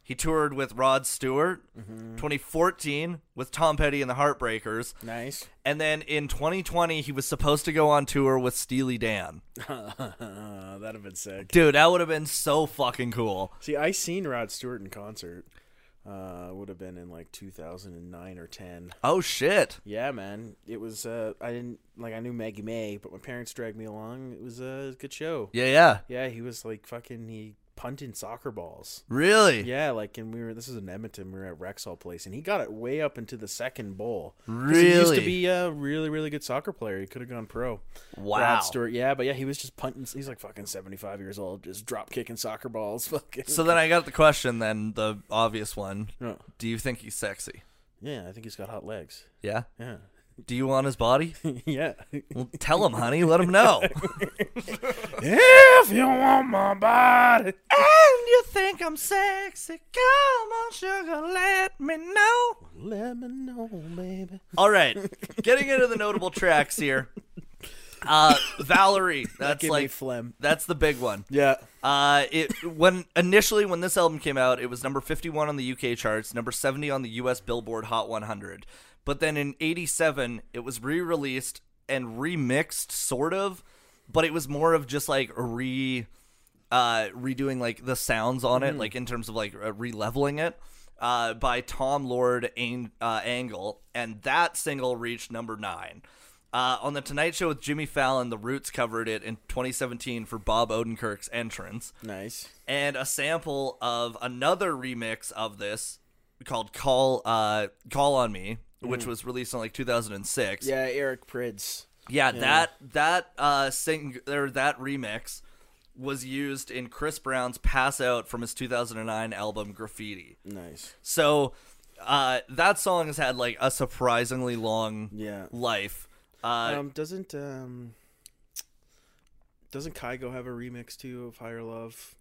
he toured with Rod Stewart.
Mm-hmm.
2014 with Tom Petty and the Heartbreakers.
Nice.
And then in 2020, he was supposed to go on tour with Steely Dan.
*laughs* That'd have been sick.
Dude, that would have been so fucking cool.
See, I seen Rod Stewart in concert. Uh, would have been in like 2009 or 10.
Oh shit.
Yeah, man. It was. Uh, I didn't like. I knew Maggie May, but my parents dragged me along. It was uh, a good show.
Yeah, yeah.
Yeah, he was like fucking. He punting soccer balls.
Really?
Yeah, like, and we were. This is in Edmonton. We were at Rexall Place, and he got it way up into the second bowl. 'Cause He used
Really?
to be a really, really good soccer player. He could have gone pro.
Wow.
Rod Stewart. Yeah, but yeah, he was just punting. He's like fucking seventy-five years old, just drop kicking soccer balls. *laughs* Fucking.
So then I got the question, then the obvious one.
No.
Do you think he's sexy?
yeah, I think he's got hot legs.
Yeah.
Yeah. *laughs*
Do you want his body? *laughs*
yeah.
Well, tell him, honey. Let him know.
if you want my body.
and you think I'm sexy? Come on, sugar, let me know.
Let me know, baby.
All right, getting into the notable tracks here. Uh, Valerie, that's
Give me
like
phlegm.
that's the big one.
Yeah.
Uh, it when initially when this album came out, it was number 51 on the UK charts, number 70 on the US Billboard Hot 100. But then in 87, it was re-released and remixed sort of, but it was more of just like re uh redoing like the sounds on it like in terms of like uh, re-leveling it uh by Tom Lord Ang- uh, Angle and that single reached number 9. Uh, on the Tonight Show with Jimmy Fallon, The Roots covered it in 2017 for Bob Odenkirk's entrance
Nice.
and a sample of another remix of this called "Call uh, Call on Me," which was released in like 2006.
Mm. Yeah, Eric Prids.
Yeah, that that uh, sing or that remix was used in Chris Brown's "Pass Out" from his 2009 album "Graffiti."
Nice.
So uh, that song has had like a surprisingly long
Yeah.
life. Uh,
Um, doesn't um, doesn't Kygo have a remix too of Higher Love?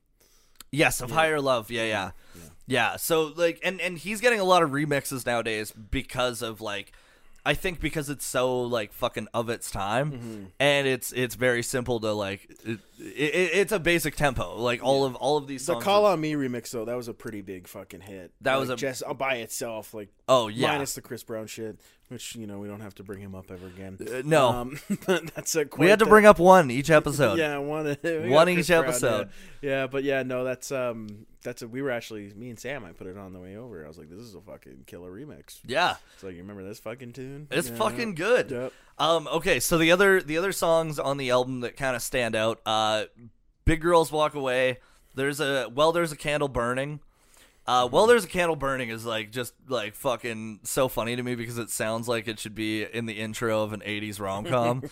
Yes, of higher love. Yeah, yeah, yeah, So like, and and he's getting a lot of remixes nowadays because of like, I think because it's so like fucking of its time,
Mm-hmm.
and it's it's very simple to like, it, it, it's a basic tempo. Like all of all of these
The
songs.
Call
are-
On Me remix though, that was a pretty big fucking hit.
That
Like,
was a-
just uh, by itself, like
oh yeah,
minus the Chris Brown shit, which you know we don't have to bring him up ever again.
Uh, no.
um, *laughs* that's a
we had to bring up one each episode.
uh, *laughs* Yeah, one we
One
got
each
Chris Brown,
episode.
Yeah. Yeah, but yeah, no, that's um, that's a, we were actually me and Sam. I put it on the way over. I was like, this is a fucking killer remix.
yeah.
It's like you remember this fucking tune?
It's
Yeah.
fucking good.
Yep.
Um, okay, so the other the other songs on the album that kind of stand out, uh, "Big Girls Walk Away." There's a well, there's a candle burning. Uh,
Mm-hmm.
well, there's a candle burning is like just like fucking so funny to me because it sounds like it should be in the intro of an '80s rom
*laughs*
com.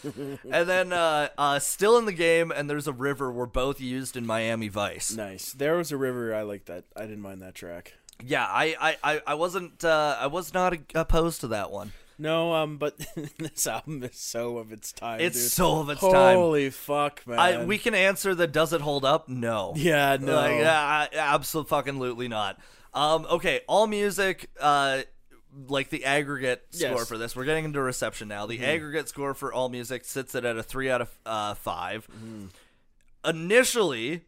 and then uh, uh, still in the game, and there's a river were both used in Miami Vice.
Nice. There was a river. I like that. I didn't mind that track.
Yeah, I I I, I wasn't uh, I was not opposed to that one.
No, um, but *laughs* this album is so of its time.
It's
dude.
so of its
Holy
time.
Holy fuck, man!
I, we can answer the does it hold up? No.
yeah, no,
Like, yeah, absolutely not. Um, okay, all music, uh, like the aggregate
Yes. Mm-hmm.
score for this. We're getting into reception now. The aggregate score for all music sits it at a three out of uh, 5
Mm-hmm.
Initially,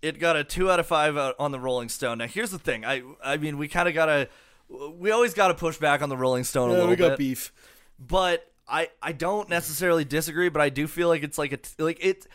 it got a two out of five out on the Rolling Stone. Now, here's the thing. I I mean, we kind of gotta, we always gotta push back on the Rolling Stone a
Yeah,
little
we got
bit
beef.
but I I don't necessarily disagree, but I do feel like it's like a t- like it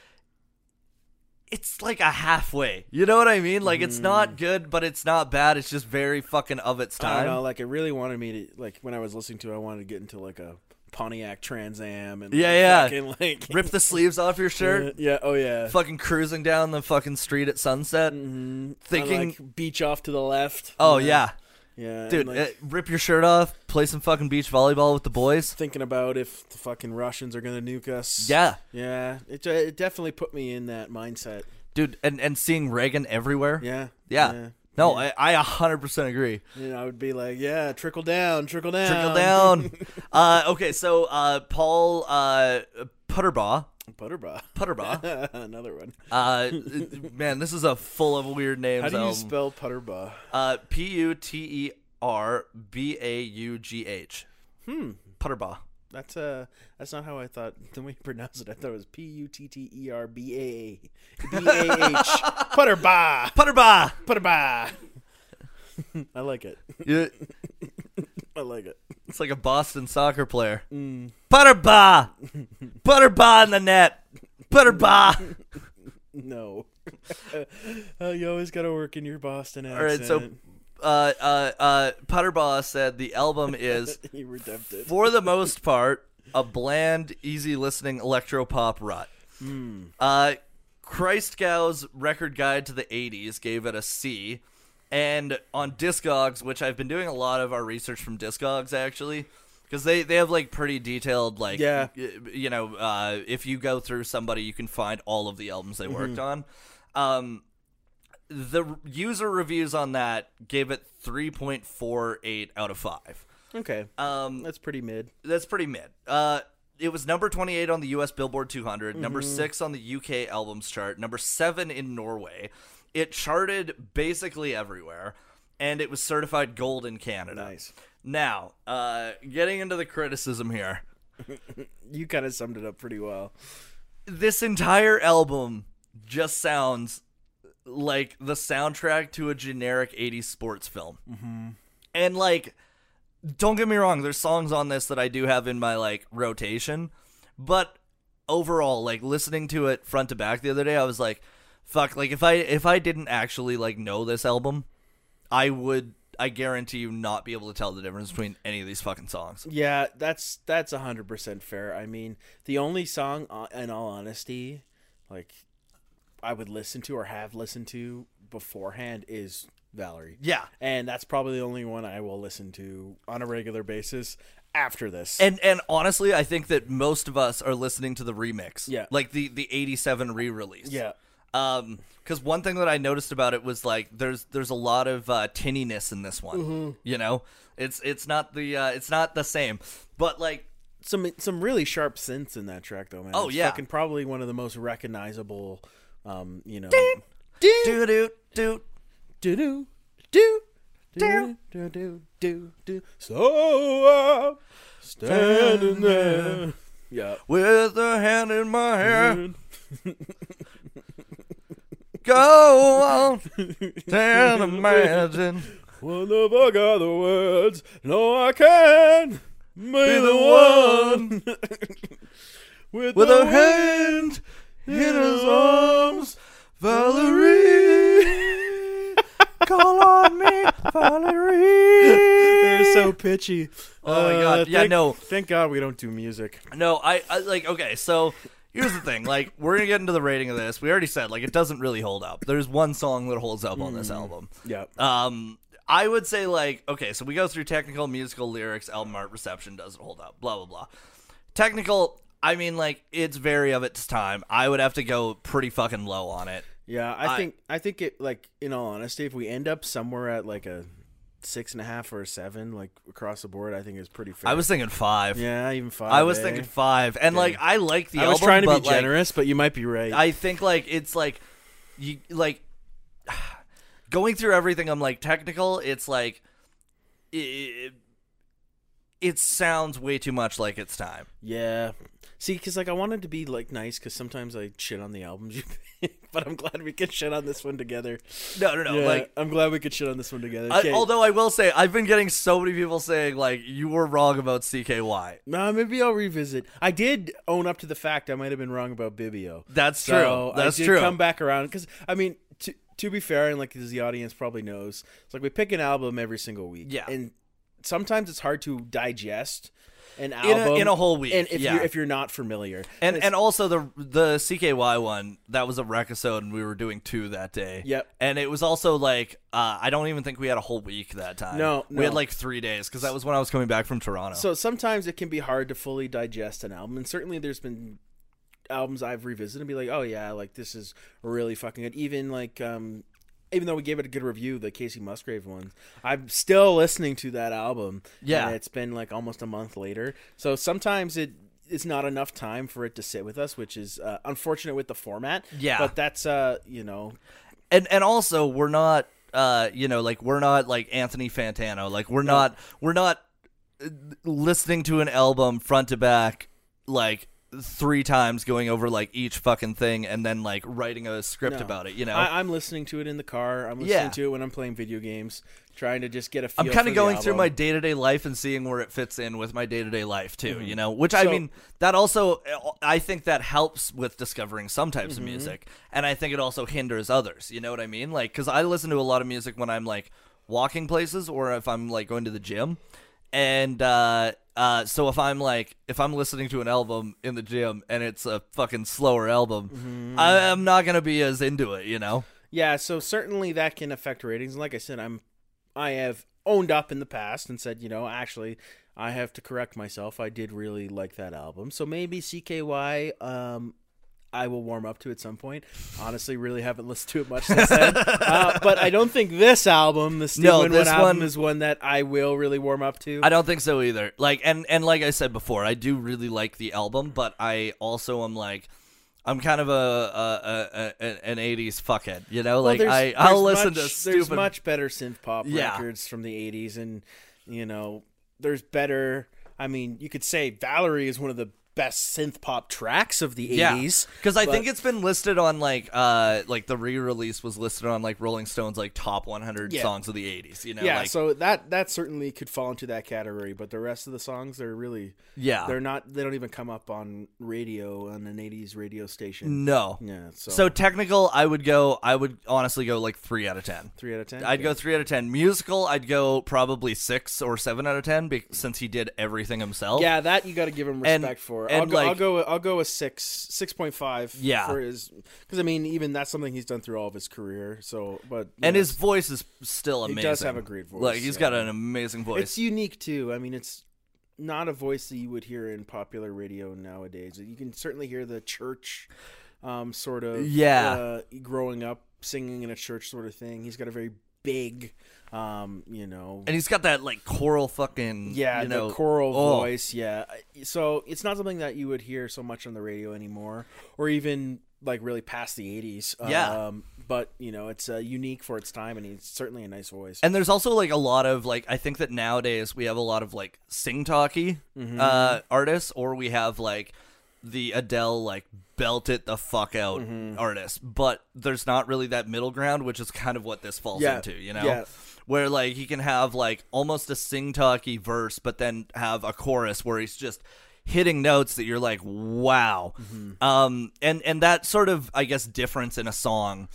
it's like a halfway. You know what I mean? Like it's not good, but it's not bad. It's just very fucking of its
Mm. I
time.
don't know. Like, it really wanted me to like when I was listening to. it, I wanted to get into like a Pontiac Trans Am and
Yeah, yeah.
fucking, like *laughs*
Rip the sleeves off your shirt.
Yeah, oh yeah.
Fucking cruising down the fucking street at sunset, thinking,
And, Mm-hmm. like, beach off to the left.
"Oh
Yeah.
yeah,
yeah, and,
dude,
like,
eh, rip your shirt off, play some fucking beach volleyball with the boys."
thinking about if the fucking Russians are gonna nuke us.
Yeah,
yeah. It it definitely put me in that mindset.
dude, and and seeing Reagan everywhere.
Yeah,
Yeah. No, I I hundred percent agree.
You know, I would be like, yeah, trickle down, trickle down,
Trickle down. Um, *laughs* uh, okay, so uh, Paul uh, Putterbaugh.
Butterbaugh.
Putterbaugh.
*laughs* Another one.
Uh, man, this is a full of weird names.
How do you
album.
spell Putterbaugh?
Uh, P U T E R B A U G H. Hmm. Putterbaugh.
That's uh, that's not how I thought. *laughs* The way you pronounce it, I thought it was P U T T E R B A B A H.
*laughs*
Putterbaugh,
Putterbaugh.
Putterbaugh. *laughs* I like it. *laughs*
You-
I like it.
It's like a Boston soccer player. Putterbaugh. Putterbaugh in the net. Putterbaugh.
No. *laughs* uh, you always got to work in your Boston accent. *laughs*
All right, so uh, uh, uh, Putterbaugh said the album
*laughs*
is
you were tempted.
for the most part, a bland, easy listening electropop rut. Uh, Christgau's record guide to the 80s gave it a C. And on Discogs, which I've been doing a lot of our research from Discogs actually, because they, they have like pretty detailed, like,
Yeah.
y- you know, uh, if you go through somebody, you can find all of the albums they worked on. Um, the r- user reviews on that gave it 3.48 out of 5.
Okay,
Um,
that's pretty mid.
that's pretty mid. Uh, it was number 28 on the US Billboard 200, number 6 on the UK albums chart, number 7 in Norway. It charted basically everywhere, and it was certified gold in Canada.
Nice.
Now, uh, getting into the criticism here.
You kind of summed it up pretty well.
This entire album just sounds like the soundtrack to a generic 80s sports film. Mm-hmm. And, like, don't get me wrong, there's songs on this that I do have in my, like, rotation. But overall, like listening to it front to back the other day, I was like, fuck, like if I if I didn't actually like know this album, I would I guarantee you not be able to tell the difference between any of these fucking songs.
Yeah, that's that's hundred percent fair. I mean, the only song, uh, in all honesty, like I would listen to or have listened to beforehand is Valerie,
Yeah.
and that's probably the only one I will listen to on a regular basis after this.
And and honestly, I think that most of us are listening to the remix.
Yeah.
Like the the 87 re-release.
yeah,
Um, because one thing that I noticed about it was like there's there's a lot of uh, tinniness in this one.
Mm-hmm.
You know, it's it's not the uh, it's not the same, but like
some some really sharp synths in that track though, man.
Oh,
It's
yeah.
fucking probably one of the most recognizable. Um, you know,
do do do.
do do do do do do do do. So I'm standing there. Yeah.
With a hand in my hair, go on,
*laughs*
can't imagine.
One of I got the words. No, I can be
the
one with,
With
the
a hand in his arms, *laughs* Valerie, call on me, Valerie.
They're so pitchy. Uh,
Oh my God. Yeah,
thank-
no.
Thank God we don't do music.
No, I, I like okay, so here's the thing. Like we're gonna get into the rating of this. We already said like it doesn't really hold up. There's one song that holds up on this album.
Yeah.
Um I would say like okay, so we go through technical, musical, lyrics, album art, reception doesn't hold up, blah blah blah. Technical, I mean like it's very of its time. I would have to go pretty fucking low on it.
Yeah, I,
I-
think I think it like in all honesty, if we end up somewhere at like a six and a half or a seven, like across the board, I think it's pretty fair.
I was thinking five.
yeah, even five.
I was
eh?
thinking five. And like I like the
I was
album,
trying to
but,
be
like,
generous, but you might be right.
I think like it's like you like *sighs* going through everything. I'm like technical. It's like it, it sounds way too much like it's time.
yeah, see, because like I wanted to be like nice, because sometimes I shit on the albums you *laughs* pick, but I'm glad we could shit on this one together.
No, no, no.
Yeah,
Like
I'm glad we could shit on this one together.
I,
Okay.
although I will say I've been getting so many people saying like you were wrong about CKY.
Nah, maybe I'll revisit. I did own up to the fact I might have been wrong about Bibio.
That's
So
true. That's
I did
true.
Come back around because I mean, to, to be fair, and like as the audience probably knows, it's like we pick an album every single week.
Yeah.
and sometimes it's hard to digest an
a-
album
in a whole week,
And if
yeah.
you're if you're not familiar,
And and also the the CKY one that was a recusode and we were doing two that day.
Yep.
And it was also like uh, I don't even think we had a whole week that time.
No,
we had
no.
like three days because that was when I was coming back from Toronto.
so sometimes it can be hard to fully digest an album, and certainly there's been albums I've revisited and be like, oh yeah, like this is really fucking good. Even like um even though we gave it a good review, the Casey Musgrave one, I'm still listening to that album.
Yeah.
And it's been like almost a month later. So sometimes it it's not enough time for it to sit with us, which is uh, unfortunate with the format.
Yeah.
But that's uh, you know,
and and also we're not uh you know like we're not like Anthony Fantano like we're not we're not uh, listening to an album front to back like three times going over like each fucking thing and then like writing a script
No.
about it you know
I, I'm listening to it in the car. I'm listening
Yeah.
to it when I'm playing video games, trying to just get a feel
I'm
kind of
going through my day to day life and seeing where it fits in with my day to day life too, you know. Which I
Mm-hmm. So-
mean, that also eh, I think that helps with discovering some types
Mm-hmm.
of music, and I think it also hinders others. You know what I mean? Like, because I listen to a lot of music when I'm like walking places or if I'm like going to the gym, and uh, uh, so if I'm like if I'm listening to an album in the gym and it's a fucking slower album,
Mm-hmm.
I, I'm not gonna be as into it. You know?
Yeah, so certainly that can affect ratings. And like I said, I'm I have owned up in the past and said, you know, actually I have to correct myself. I did really like that album. So maybe CKY um I will warm up to at some point. Honestly, really haven't *laughs* listened to it much since then. uh, but I don't think this album, the Steve
No,
Winwood
this
album,
one-
is one that I will really warm up to.
I don't think so either. Like and and like I said before, I do really like the album, but I also am like I'm kind of a, a, a, a an 80s fuckhead, you know?
Well,
Like
there's-
I I'll
there's
listen to
much- There's
stupid
much better synth pop
Yeah.
records from the '80s, and you know, there's better. I mean, you could say Valerie is one of the best synth pop tracks of the
Yeah,
80s.
because I
but-
think it's been listed on like uh like the re-release was listed on like Rolling Stone's like top 100
Yeah.
songs of the 80s. You know,
yeah,
like,
so that that certainly could fall into that category, but the rest of the songs they're really
yeah,
they're not they don't even come up on radio on an 80s radio station.
no.
Yeah, so,
So technical, I would go. I would honestly go like three out of ten.
3 out of 10.
I'd go three out of ten. Musical, I'd go probably six or seven out of ten be- since he did everything himself.
Yeah, that you got to give him
Oh. And-
respect for.
and,
I'll, go, I'll
like-
go. I'll go a six, six point five.
Yeah.
for his because I mean, even that's something he's done through all of his career. So, but
and
yeah,
his voice is still amazing.
He does have a great voice,
Like he's
yeah.
got an amazing voice.
it's unique too. I mean, it's not a voice that you would hear in popular radio nowadays. You can certainly hear the church, um, sort of
Yeah.
uh, growing up singing in a church sort of thing. He's got a very big, um, you know,
and he's got that like choral fucking
Yeah,
you know,
the choral
oh,
voice. Yeah, so it's not something that you would hear so much on the radio anymore, or even like really past the '80s.
Yeah.
um, but you know, it's uh, unique for its time, and it's certainly a nice voice.
And there's also like a lot of like I think that nowadays we have a lot of like sing talky
Mm-hmm.
uh, artists, or we have like the Adele like belt it the fuck out
Mm-hmm.
artists. But there's not really that middle ground, which is kind of what this falls
Yeah,
into, you know.
yeah.
Where like he can have like almost a sing talky verse, but then have a chorus where he's just hitting notes that you're like, wow.
Mm-hmm.
Um, and and that sort of I guess difference in a song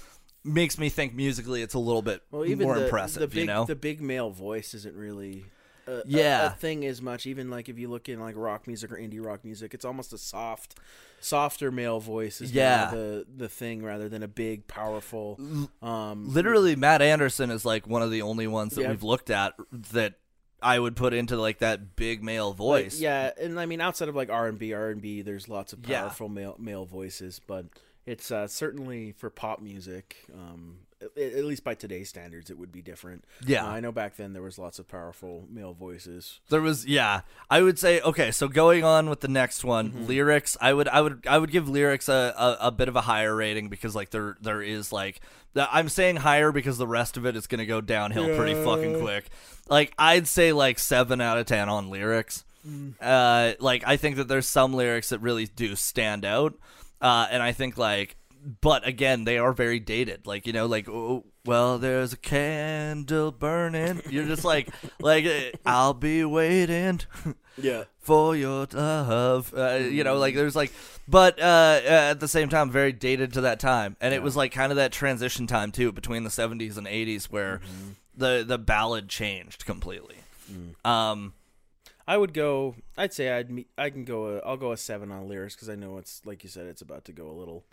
makes me think musically it's a little bit
well, even
more
the,
impressive,
the big,
you know.
the uh, big male voice isn't really. A, a- a,
Yeah.
thing as much. Even like if you look in like rock music or indie rock music, it's almost a soft, softer male voice is yeah.
Yeah.
the the thing rather than a big, powerful. Um,
literally Matt Anderson is like one of the only ones that
Yeah.
we've looked at that I would put into like that big male
Like,
voice.
yeah, and I mean outside of like R and B, R and B, there's lots of
Yeah.
powerful male male voices, but it's uh, certainly for pop music. Um, a- a- at least by today's standards, it would be different.
Yeah.
Uh, I know back then there was lots of powerful male voices.
There was yeah. I would say okay, so going on with the next one,
Mm-hmm.
lyrics, I would I would I would give lyrics a, a, a bit of a higher rating because like there there is like the- I'm saying higher because the rest of it is going to go downhill pretty fucking quick. Like I'd say like 7 out of 10 on lyrics. Uh like I think that there's some lyrics that really do stand out. Uh and I think like but again, they are very dated. Like you know, like oh, well, there's a candle burning. You're just like, *laughs* like eh, I'll be waiting *laughs*
Yeah,
for your love. Uh, you know, like there's like, but uh, uh, at the same time, very dated to that time, and it was like kind of that transition time too between the '70s and '80s where the the ballad changed completely. Um,
I would go. I'd say I'd me- I can go. A, I'll go a seven on lyrics because I know it's like you said, it's about to go a little,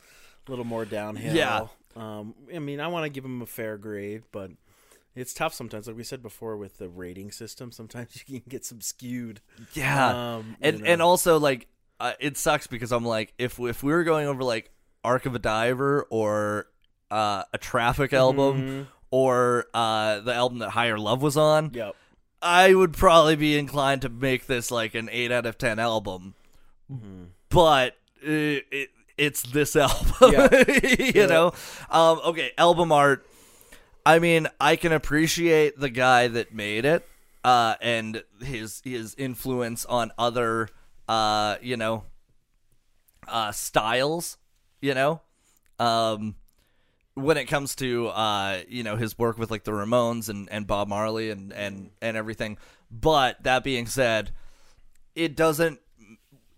little more downhill.
Yeah.
Um, I mean, I want to give him a fair grade, but it's tough sometimes. Like we said before, with the rating system, sometimes *laughs* you can get some skewed.
yeah,
Um, you
and
know.
and also like uh, it sucks because I'm like if if we were going over like Arc of a Diver or uh, a Traffic album
Mm-hmm.
or uh, the album that Higher Love was on,
Yep.
I would probably be inclined to make this like an eight out of ten album.
Mm-hmm.
But uh it it's this *laughs* album,
Yeah.
you
Yeah.
know. Um, okay, album art. I mean, I can appreciate the guy that made it uh, and his his influence on other, uh, you know, uh, styles. You know, um, when it comes to uh, you know his work with like the Ramones and, and Bob Marley and, and and everything. But that being said, it doesn't.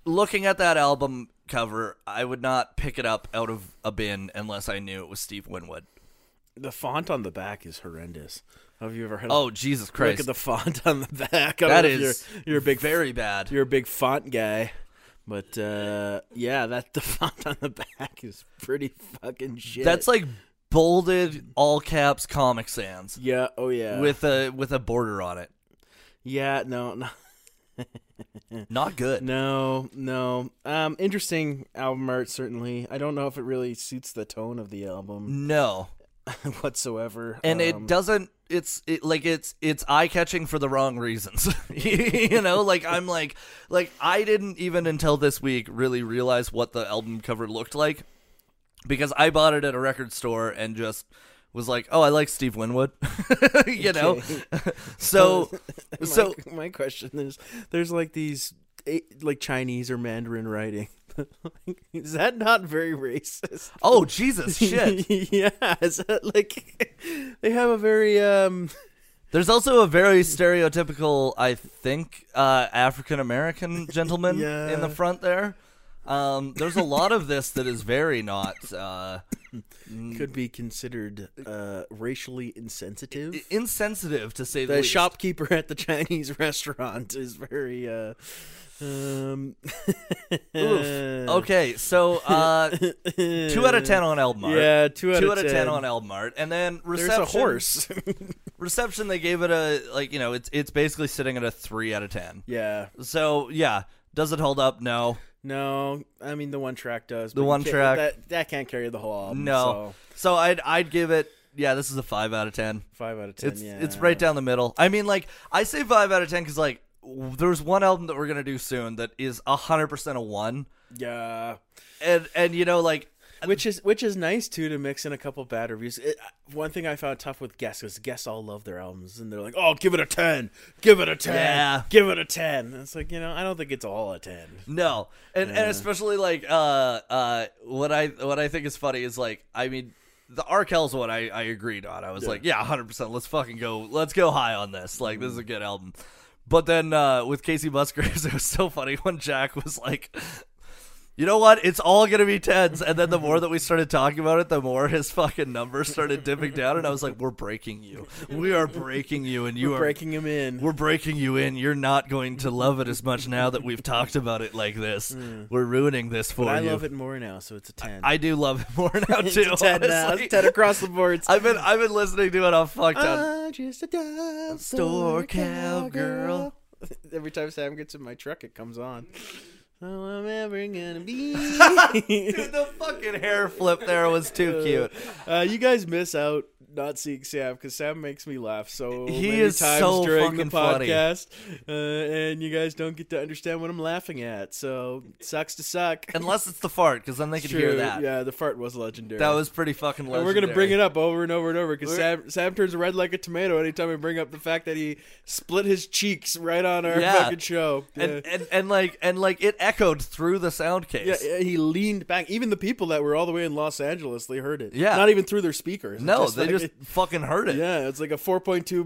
Looking at that album cover, I would not pick it up out of a bin unless I knew it was Steve Winwood.
The font on the back is horrendous. Have you ever heard?
Oh Jesus
look
Christ!
at the font on the back. I
That
don't know if
is
you're, you're a big
very bad.
*laughs* you're a big font guy, but uh, yeah, that the *laughs* font on the back is pretty fucking shit.
That's like bolded all caps Comic Sans
yeah, oh yeah,
with a with a border on it.
yeah, no, no,
Not good.
no, no. Um, interesting album art certainly. I don't know if it really suits the tone of the album *laughs*
no.
whatsoever,
and
Um,
it doesn't it's it, like it's it's eye catching for the wrong reasons *laughs* you know like i'm like like i didn't even until this week really realize what the album cover looked like because i bought it at a record store and just was like oh i like steve winwood *laughs*
*laughs*
you know so so
my, my question is there's like these eh, like Chinese or Mandarin writing. *laughs* Like, is that not very racist?
Oh Jesus shit.
*laughs* yeah, is that like *laughs* they have a very um
There's also a very stereotypical, I think, uh, African
*laughs*
American gentleman
Yeah.
in the front there. Um, there's a lot of this that is very not uh,
could be considered uh racially insensitive.
insensitive to say the,
the
least.
shopkeeper at the Chinese *laughs* restaurant is very uh um *laughs*
Oof. Okay, so
*laughs*
uh, two out of ten on Elmart.
Yeah, two out
two
of
out of
10.
ten on Elmart, and then
There's
reception.
a horse. *laughs*
Reception. They gave it a like you know it's it's basically sitting at a three out of ten.
yeah.
So yeah, does it hold up? No,
No, I mean the one track does.
The
but you
one
can't-
track-
that that can't carry the whole album.
no.
so
So, I'd I'd give it yeah. This is a five out of ten.
five out of ten.
It's
yeah.
it's right down the middle. I mean, like I say five out of ten because like w- there's one album that we're gonna do soon that is hundred percent a one,
Yeah,
and and you know like
which is which is nice too to mix in a couple bad reviews. It, one thing I found tough with Guess is Guess all love their albums and they're like, oh, give it a ten, give it a ten,
Yeah.
give it a ten. And it's like you know, I don't think it's all a ten.
No, and
Yeah.
and especially like uh uh what I what I think is funny is like I mean the Arkells one I I agreed on. I was like yeah, hundred percent. Let's fucking go. Let's go high on this. Like
Mm.
this is a good album. But then uh with Casey Musgraves, *laughs* it was so funny when Jack was like. You know what? It's all gonna be tens, and then the more that we started talking about it, the more his fucking numbers started dipping down, and I was like, "We're breaking you. We are breaking you, and you
We're
are
breaking him in.
we're breaking you in. You're not going to love it as much now that we've talked about it like this. We're ruining this for
Hmm. But I
you.
love it more now, so it's a ten.
I do love it *laughs* more now
*laughs* it's
too.
a ten now.
honestly.
It's ten across the board.
I've been I've been listening to it on fuck ton.
I'm just a dime
store cowgirl.
*laughs* Every time Sam gets in my truck, it
*laughs*
comes on. Oh, I'm ever gonna be. *laughs*
Dude, the fucking hair flip there was too cute.
Uh, you guys miss out not seeing Sam because Sam makes me laugh so
He
many
is
times
so
during the
fucking funny.
podcast, uh, and you guys don't get to understand what I'm laughing at. So it sucks to suck.
Unless it's the fart, because then they can
True,
hear that.
Yeah, the fart was legendary.
That was pretty fucking legendary.
And we're gonna bring it up over and over and over because
We're-
Sam, Sam turns red like a tomato anytime we bring up the fact that he split his cheeks right on our
Yeah.
fucking show.
And, and and like and like it echoed through the sound
yeah,
case.
yeah, he leaned back. Even the people that were all the way in Los Angeles, they heard it.
Yeah.
not even through their speakers.
no, they
like-
just fucking heard it.
*laughs* yeah, it's like a 4.2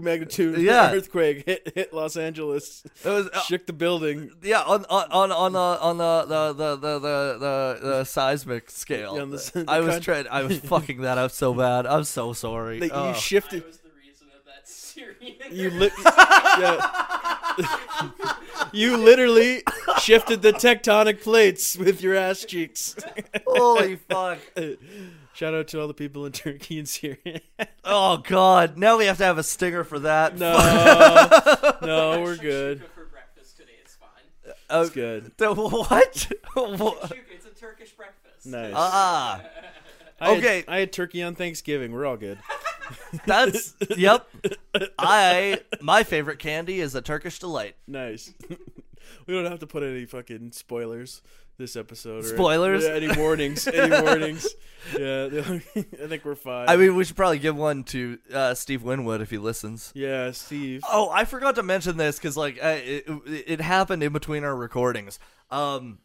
*laughs*
magnitude
Yeah. Uh,
earthquake hit hit Los Angeles,
It was
shook the building.
Yeah, on on on on the on the the the the the, the, the seismic scale.
Yeah, on the s- the
I was
con-
trying. I was fucking that up so bad. I'm so sorry.
That
Oh.
you
I
shifted.
was the reason of that *laughs* serious.
*laughs*
You
*laughs*
lit. yeah. *laughs* you literally shifted the tectonic plates with your ass cheeks.
Holy fuck!
Shout out to all the people in Turkey and Syria. *laughs*
Oh god! Now we have to have a stinger for that. *laughs*
no, no, we're good.
Shakshuka for breakfast today. It's fine.
*laughs*
Uh,
It's good.
the- what? What?
Shakshuka, It's a Turkish breakfast.
Nice.
Ah,
I had-
okay.
I had turkey on Thanksgiving. We're all good.
that's yep. I my favorite candy is a Turkish delight.
Nice. *laughs* we don't have to put any fucking spoilers this episode. Or
Spoilers?
yeah, any warnings?
*laughs*
Any warnings? Yeah, the- *laughs* I think we're fine.
I mean, we should probably give one to uh, Steve Winwood if he listens.
yeah, Steve.
Oh, I forgot to mention this because like uh, it, it happened in between our recordings. Um,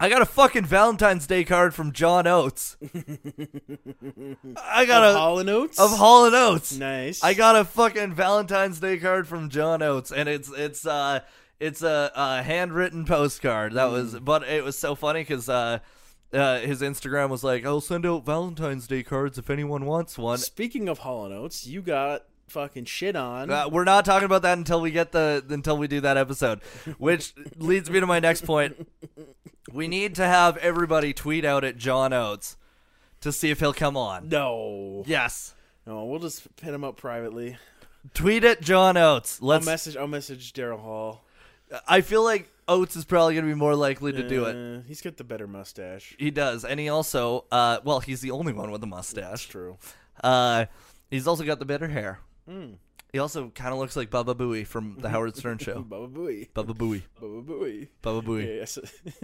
I got a fucking Valentine's Day card from John Oates. I got
Of
a
Hall and Oates.
of Hall and Oates.
Nice.
I got a fucking Valentine's Day card from John Oates, and it's it's uh it's a, a handwritten postcard. That was,
Mm.
but it was so funny because uh, uh, his Instagram was like, "I'll send out Valentine's Day cards if anyone wants one."
Speaking of Hall and Oates, you got fucking shit on.
Uh, we're not talking about that until we get the until we do that episode, which leads me to my next point. We need to have everybody tweet out at John Oates to see if he'll come on.
no.
Yes,
No, we'll just pin him up privately.
tweet at John Oates.
I'll
Let's.
message. I'll message Daryl Hall.
I feel like Oates is probably going to be more likely to do it.
Uh, He's got the better mustache.
He does, and he also, uh, well, he's the only one with a
That's
mustache.
true.
Uh, he's also got the better hair. He also kind of looks like Baba Booey from the Howard Stern
*laughs*
show.
Baba Booey.
Baba Booey.
Baba Booey.
Baba Booey.
Yeah,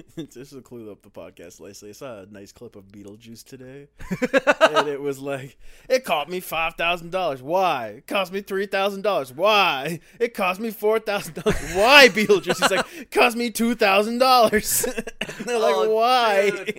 *laughs* yes. just to clue up the podcast, Leslie. I saw a nice clip of Beetlejuice today, and it was like, "It cost me five thousand dollars. Why? It cost me three thousand dollars. Why? It cost me four thousand dollars.
*laughs*
Why, Beetlejuice? He's like, it cost me two thousand dollars. *laughs* They're like,
Oh,
why?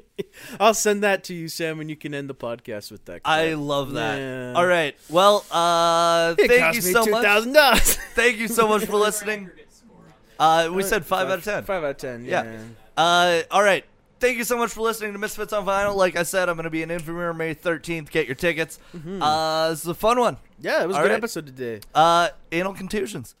*laughs* I'll send that to you, Sam, and you can end the podcast with that. Clip.
I love that.
Yeah.
All right. Well, uh,
It
thank
cost
you
me
so
two
much.
thousand dollars. *laughs*
Thank you so much for listening.
Aggregate score on this.
Uh, we said five out of ten.
Five out of ten.
Yeah.
yeah.
Uh, all right. Thank you so much for listening to Misfits on Vinyl. Like I said, I'm going to be in Infirmary May 13th. Get your tickets.
Mm-hmm.
Uh, this is a fun one.
Yeah, it was a
All
good
right.
episode today.
Uh, anal contusions.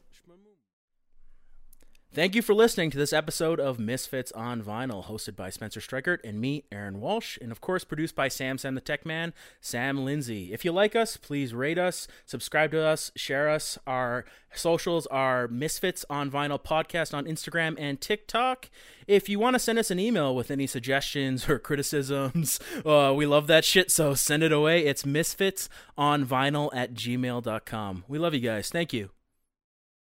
Thank you for listening to this episode of Misfits on Vinyl, hosted by Spencer Strickert and me, Aaron Walsh, and of course produced by Sam Sam the Tech Man, Sam Lindsay. If you like us, please rate us, subscribe to us, share us. Our socials are Misfits on Vinyl Podcast on Instagram and TikTok. If you want to send us an email with any suggestions or *laughs* criticisms, uh, we love that shit, so send it away. It's misfitsonvinyl at gmail.com. We love you guys. Thank you.